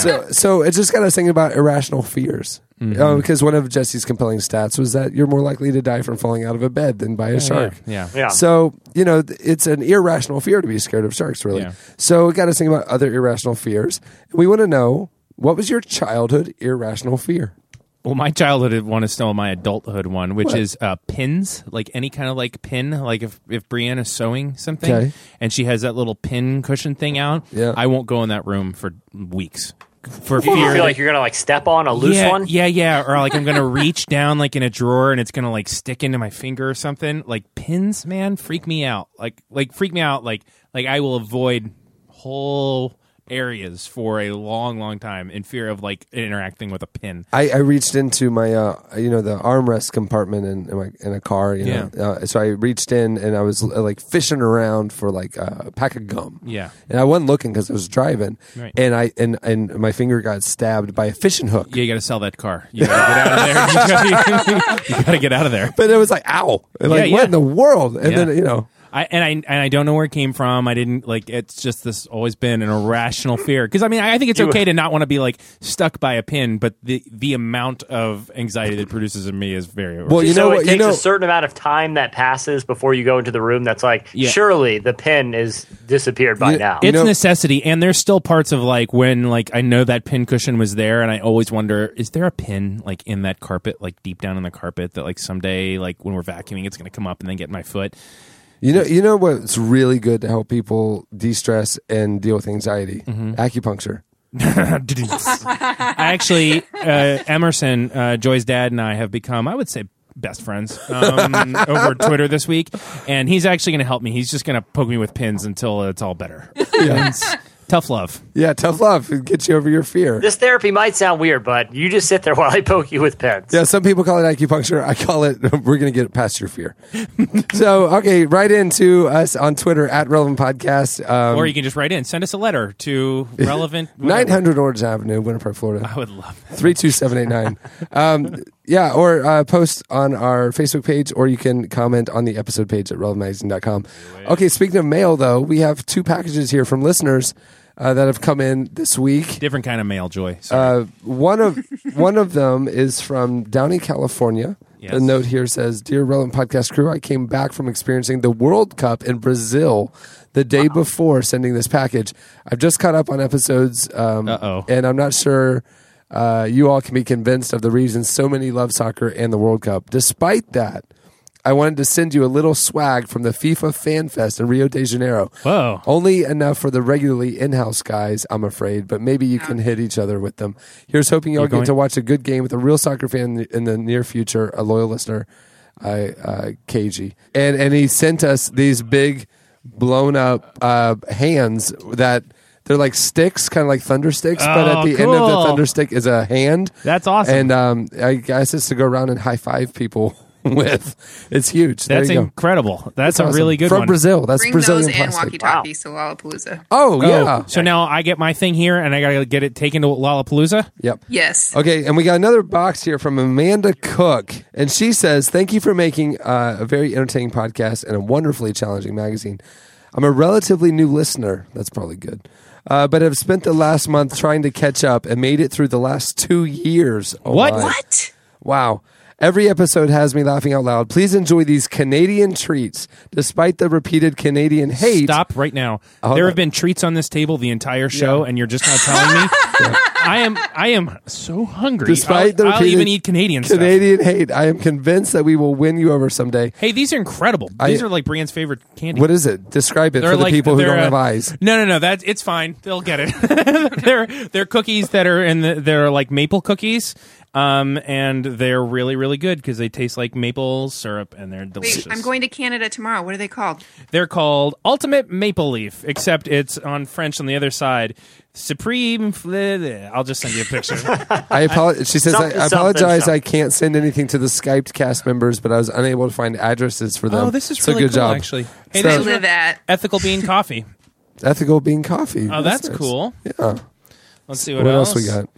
S2: so, so it just got us thinking about irrational fears.
S3: Mm-hmm.
S2: Uh, because one of Jesse's compelling stats was that you're more likely to die from falling out of a bed than by a
S3: Yeah,
S2: shark.
S3: yeah, yeah. Yeah.
S2: So you know th- it's an irrational fear to be scared of sharks, really.
S3: Yeah.
S2: So it got us thinking about other irrational fears. We want to know what was your childhood irrational fear?
S3: Well, my childhood one is still my adulthood one, which
S2: What?
S3: is uh, pins, like any kind of like pin. Like if if Brianna's sewing something
S2: Okay.
S3: and she has that little pin cushion thing out, yeah. I won't go in that room for weeks for
S5: You
S3: fear.
S5: feel
S3: that-
S5: like you're gonna like step on a loose
S3: yeah,
S5: one.
S3: yeah, yeah, or like I'm gonna reach down like in a drawer and it's gonna like stick into my finger or something. Like pins, man, freak me out. Like like freak me out. Like like I will avoid whole areas for a long, long time in fear of like interacting with a pin.
S2: I, I reached into my uh, you know the armrest compartment in in, my, in a car you know uh, so I reached in and I was uh, like fishing around for like uh, a pack of gum
S3: Yeah.
S2: and I wasn't looking because I was driving
S3: Right.
S2: and I and and my finger got stabbed by a fishing hook
S3: Yeah, you got to sell that car. You got to get out of there. you got to get out of there.
S2: but it was like ow And, like
S3: Yeah,
S2: what
S3: yeah.
S2: in the world and
S3: Yeah.
S2: then you know
S3: I, and I and I don't know where it came from. I didn't like. It's just this always been an irrational fear. Because I mean, I, I think it's
S5: You-
S3: okay to not want to be like stuck by a pin, but the the amount of anxiety that produces in me is very. irrational.
S5: so it takes a certain amount of time that passes before you go into the room. That's like
S3: Yeah.
S5: surely the pin is disappeared by now.
S3: It's necessity, and there's still parts of like when like I know that pin cushion was there, and I always wonder, is there a pin like in that carpet, like deep down in the carpet, that like someday, like when we're vacuuming, it's gonna come up and then get in my foot.
S2: you know you know what's really good to help people de stress and deal with anxiety
S3: Mm-hmm.
S2: acupuncture
S3: I actually, uh, Emerson, uh, Joy's dad, and I have become, I would say, best friends um, over Twitter this week. And he's actually going to help me. He's just going to poke me with pins until it's all better. It's tough love.
S2: yeah tough love it gets you over your fear
S5: This therapy might sound weird, but you just sit there while I poke you with pins.
S2: Yeah, some people call it acupuncture. I call it, we're going to get past your fear. so, okay, write into us on Twitter at Relevant Podcast. Um,
S3: or you can just write in, send us a letter to relevant. whatever.
S2: 900 Orange Avenue, Winnipeg, Florida. I
S3: would love
S2: that. 32789. um, yeah, or uh, post on our Facebook page, or you can comment on the episode page at relevantmagazine.com. Okay, speaking of mail, though, we have two packages here from listeners uh, that have come in this week.
S3: Different kind of male joy.
S2: Uh, one of one of them is from Downey, California.
S3: Yes.
S2: The note here says, "Dear Relevant Podcast crew, I came back from experiencing the World Cup in Brazil the day before sending this package. I've just caught up on episodes, um, and I'm not sure." Uh, you all can be convinced of the reasons so many love soccer and the World Cup. Despite that, I wanted to send you a little swag from the FIFA Fan Fest in Rio de Janeiro.
S3: Whoa.
S2: Only enough for the regularly in house guys, I'm afraid, but maybe you can hit each other with them. Here's hoping y'all
S3: You're
S2: get
S3: going-
S2: to watch a good game with a real soccer fan in the near future, a loyal listener, I, uh, KG. And, and he sent us these big, blown up uh, hands that. They're like sticks, kind of like thunder sticks, but
S3: Oh,
S2: at the end of the
S3: cool.
S2: thunder stick is a hand.
S3: That's awesome.
S2: And um, I guess it's to go around and high five people with. It's huge. There
S3: That's
S2: you go.
S3: incredible. That's,
S2: That's
S3: a really
S2: awesome.
S3: good
S2: From
S3: one.
S2: Brazil. That's
S6: Bring
S2: Brazilian
S6: those and
S2: plastic.
S6: walkie talkies to Lollapalooza.
S2: Oh, yeah.
S3: So now I get my thing here, and I gotta get it taken to Lollapalooza.
S2: Yep.
S6: Yes.
S2: Okay, and we got another box here from Amanda Cook, and she says, "Thank you for making uh, a very entertaining podcast and a wonderfully challenging magazine. I'm a relatively new listener. That's probably good." Uh, but have spent the last month trying to catch up and made it through the last two years. Oh,
S3: What?
S2: my.
S3: What?
S2: Wow. Every episode has me laughing out loud. Please enjoy these Canadian treats, despite the repeated Canadian hate.
S3: Stop right now.
S2: Hold
S3: there
S2: on.
S3: have been treats on this table the entire show, and you're just now telling me. I am. I am so hungry.
S2: Despite the
S3: I'll, I'll
S2: repeated
S3: even eat Canadian stuff.
S2: Canadian hate, I am convinced that we will win you over someday.
S3: Hey, these are incredible.
S2: I-
S3: These are like Brian's favorite candy.
S2: What is it? Describe it for the people who
S3: they're,
S2: don't have
S3: uh,
S2: eyes.
S3: No, no, no. That it's fine. They'll get it. they're they're cookies that are in the, they're like maple cookies, um, and they're really really good because they taste like maple syrup and they're delicious.
S6: Wait, I'm going to Canada tomorrow. What are they called?
S3: They're called Ultimate Maple Leaf, except it's on French on the other side. Supreme. fl- I'll just send you a picture.
S2: I apologize. She says, I,
S3: Something,
S2: I apologize.
S3: something,
S2: I can't send anything to the Skyped cast members, but I was unable to find addresses for them.
S3: Oh, this is
S2: so
S3: really
S2: good
S3: cool,
S2: job.
S3: actually.
S2: So-
S3: this is Ethical Bean Coffee.
S2: ethical bean coffee.
S3: Oh, that's
S2: nice.
S3: cool.
S2: Yeah.
S3: Let's see what,
S2: what
S3: else.
S2: else we got.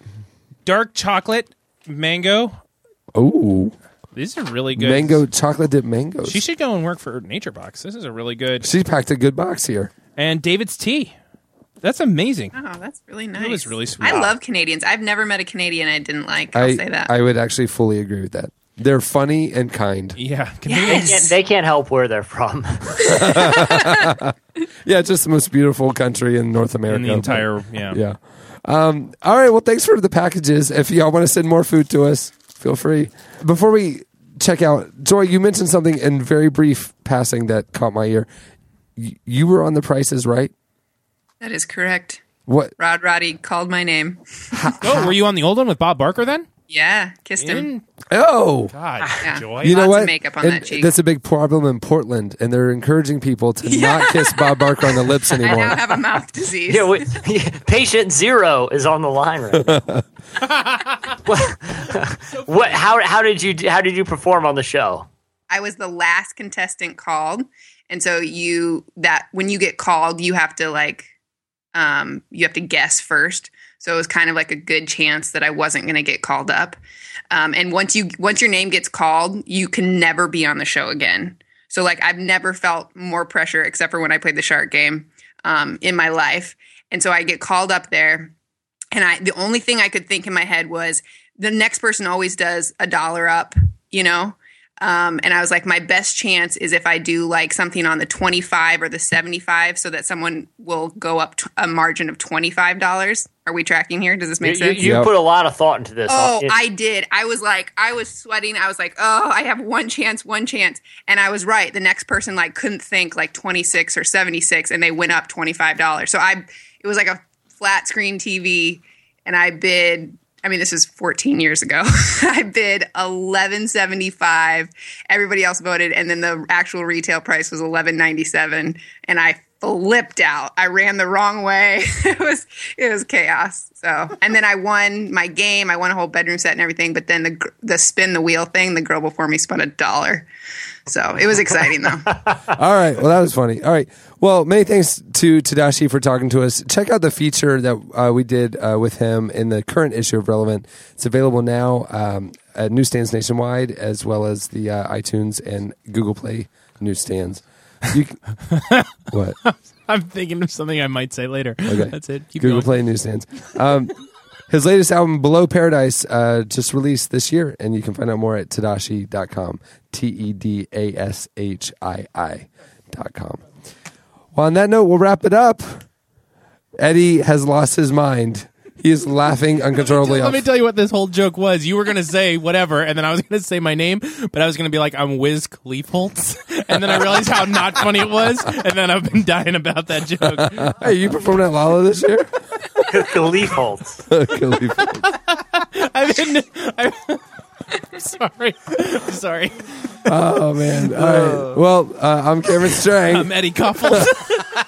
S3: Dark chocolate, mango.
S2: Oh,
S3: These are really good.
S2: mango chocolate dip mangoes.
S3: She should go and work for Nature Box. This is a really good.
S2: She packed a good box here.
S3: And David's tea. That's amazing.
S6: Oh, that's really nice.
S3: That was really sweet.
S6: I love Canadians. I've never met a Canadian I didn't like. I'll
S2: I
S6: say that.
S2: I would actually fully agree with that. They're funny and kind.
S3: Yeah.
S5: They, can't, they can't help where they're from.
S2: yeah, it's just the most beautiful country in North America.
S3: the entire- yeah.
S2: Yeah. Um, all right. Well, thanks for the packages. If y'all want to send more food to us, feel free. Before we check out, Joy, you mentioned something in very brief passing that caught my ear. Y- you were on the prices, right?
S6: that is correct.
S2: What?
S6: Rod Roddy called my name.
S3: Oh, were you on the old one with Bob Barker then?
S6: Yeah, kissed him.
S2: Oh.
S3: God,
S6: Yeah.
S3: joy.
S2: You know
S6: Lots
S2: what?
S6: Of makeup on
S2: And
S6: that cheek.
S2: That's a big problem in Portland, and they're encouraging people to not kiss Bob Barker on the lips
S6: I
S2: anymore.
S6: now have a mouth disease.
S5: yeah, we, patient zero is on the line right now. what, what? How how did you how did you perform on the show?
S6: I was the last contestant called, and so you that when you get called, you have to like, um, you have to guess first. So it was kind of like a good chance that I wasn't going to get called up. Um, and once you once your name gets called, you can never be on the show again. So like I've never felt more pressure except for when I played the shark game um, in my life. And so I get called up there, and I the only thing I could think in my head was the next person always does a dollar up, you know. Um, and I was like, my best chance is if I do like something on the 25 or the 75 so that someone will go up t- a margin of $25. Are we tracking here? Does this
S5: You,
S6: make
S5: you,
S6: sense?
S5: you put a lot of thought into this.
S6: Oh,
S5: It-
S6: I did. I was like, I was sweating. I was like, oh, I have one chance, one chance. And I was right. The next person like couldn't think like 26 or 76 and they went up $25. So I it was like a flat screen TV and I bid I mean, this is 14 years ago. I bid 11.75. Everybody else voted and then the actual retail price was 11.97 and I flipped out. I ran the wrong way. it was it was chaos. So, and then I won my game. I won a whole bedroom set and everything. But then the gr- the spin the wheel thing, the girl before me spun a dollar. So it was exciting though.
S2: All right. Well, that was funny. All right. Well, many thanks to Tadashi for talking to us. Check out the feature that uh, we did uh, with him in the current issue of Relevant. It's available now um, at newsstands nationwide, as well as the uh, iTunes and Google Play newsstands. You c- what?
S3: I'm thinking of something I might say later.
S2: Okay.
S3: That's it. Keep
S2: Google
S3: going.
S2: Play newsstands. Um, his latest album, Below Paradise, uh, just released this year, and you can find out more at tadashi.com. T E D A S H I I.com. Well, on that note, we'll wrap it up. Eddie has lost his mind. He is laughing uncontrollably.
S3: Let
S2: off.
S3: me tell you what this whole joke was. You were going to say whatever, and then I was going to say my name, but I was going to be like, I'm Wiz Cleefholtz. And then I realized how not funny it was, and then I've been dying about that joke.
S2: hey, you performed at Lala this year?
S5: Cleefholtz.
S3: I've been. i I'm sorry. I'm sorry.
S2: oh, man. All right. Well, uh, I'm Cameron Strang.
S3: I'm Eddie Cuffles.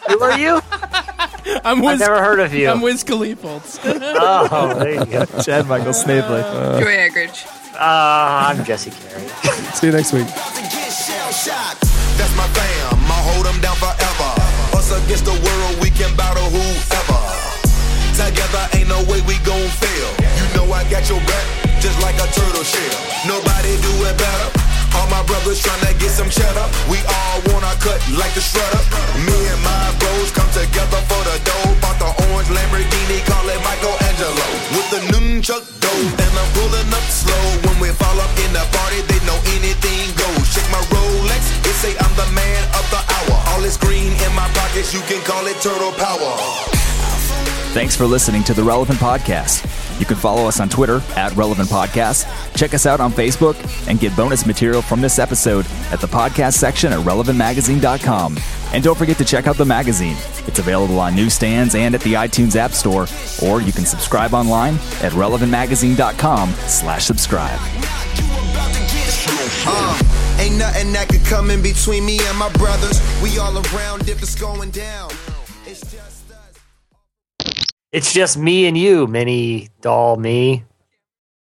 S5: Who are you?
S3: I'm
S5: I've
S3: Wiz,
S5: never heard of you.
S3: I'm Wiz Cleefholtz.
S5: Oh, there you go.
S4: Chad Michael Snavely.
S6: Joy Eggridge.
S5: Uh, I'm Jesse Carey.
S2: See you next week.
S8: That's my fam. I'll hold them down forever. Us against the world, we can battle whoever. Together, ain't no way we gon' fail. You know I got your back, just like a turtle shell. Nobody do it better. All my brothers tryna get some cheddar. We all wanna cut like the shredder. Me and my bros come together for the dough. Bought the orange Lamborghini, call it Michelangelo. With the nunchuck dough, and I'm pulling up slow. When we fall up in the party, they know anything goes. Check my Rolex, they say I'm the man of the hour. All this green in my pockets, you can call it turtle power.
S4: Thanks for listening to the Relevant Podcast. You can follow us on Twitter at Relevant Podcast, check us out on Facebook, and get bonus material from this episode at the podcast section at relevantmagazine.com. And don't forget to check out the magazine. It's available on newsstands and at the iTunes App Store, or you can subscribe online at relevantmagazine.com slash subscribe.
S8: Uh, ain't nothing that could come in between me and my brothers. We all around if it's going down. It's just
S5: It's just me and you, mini doll me.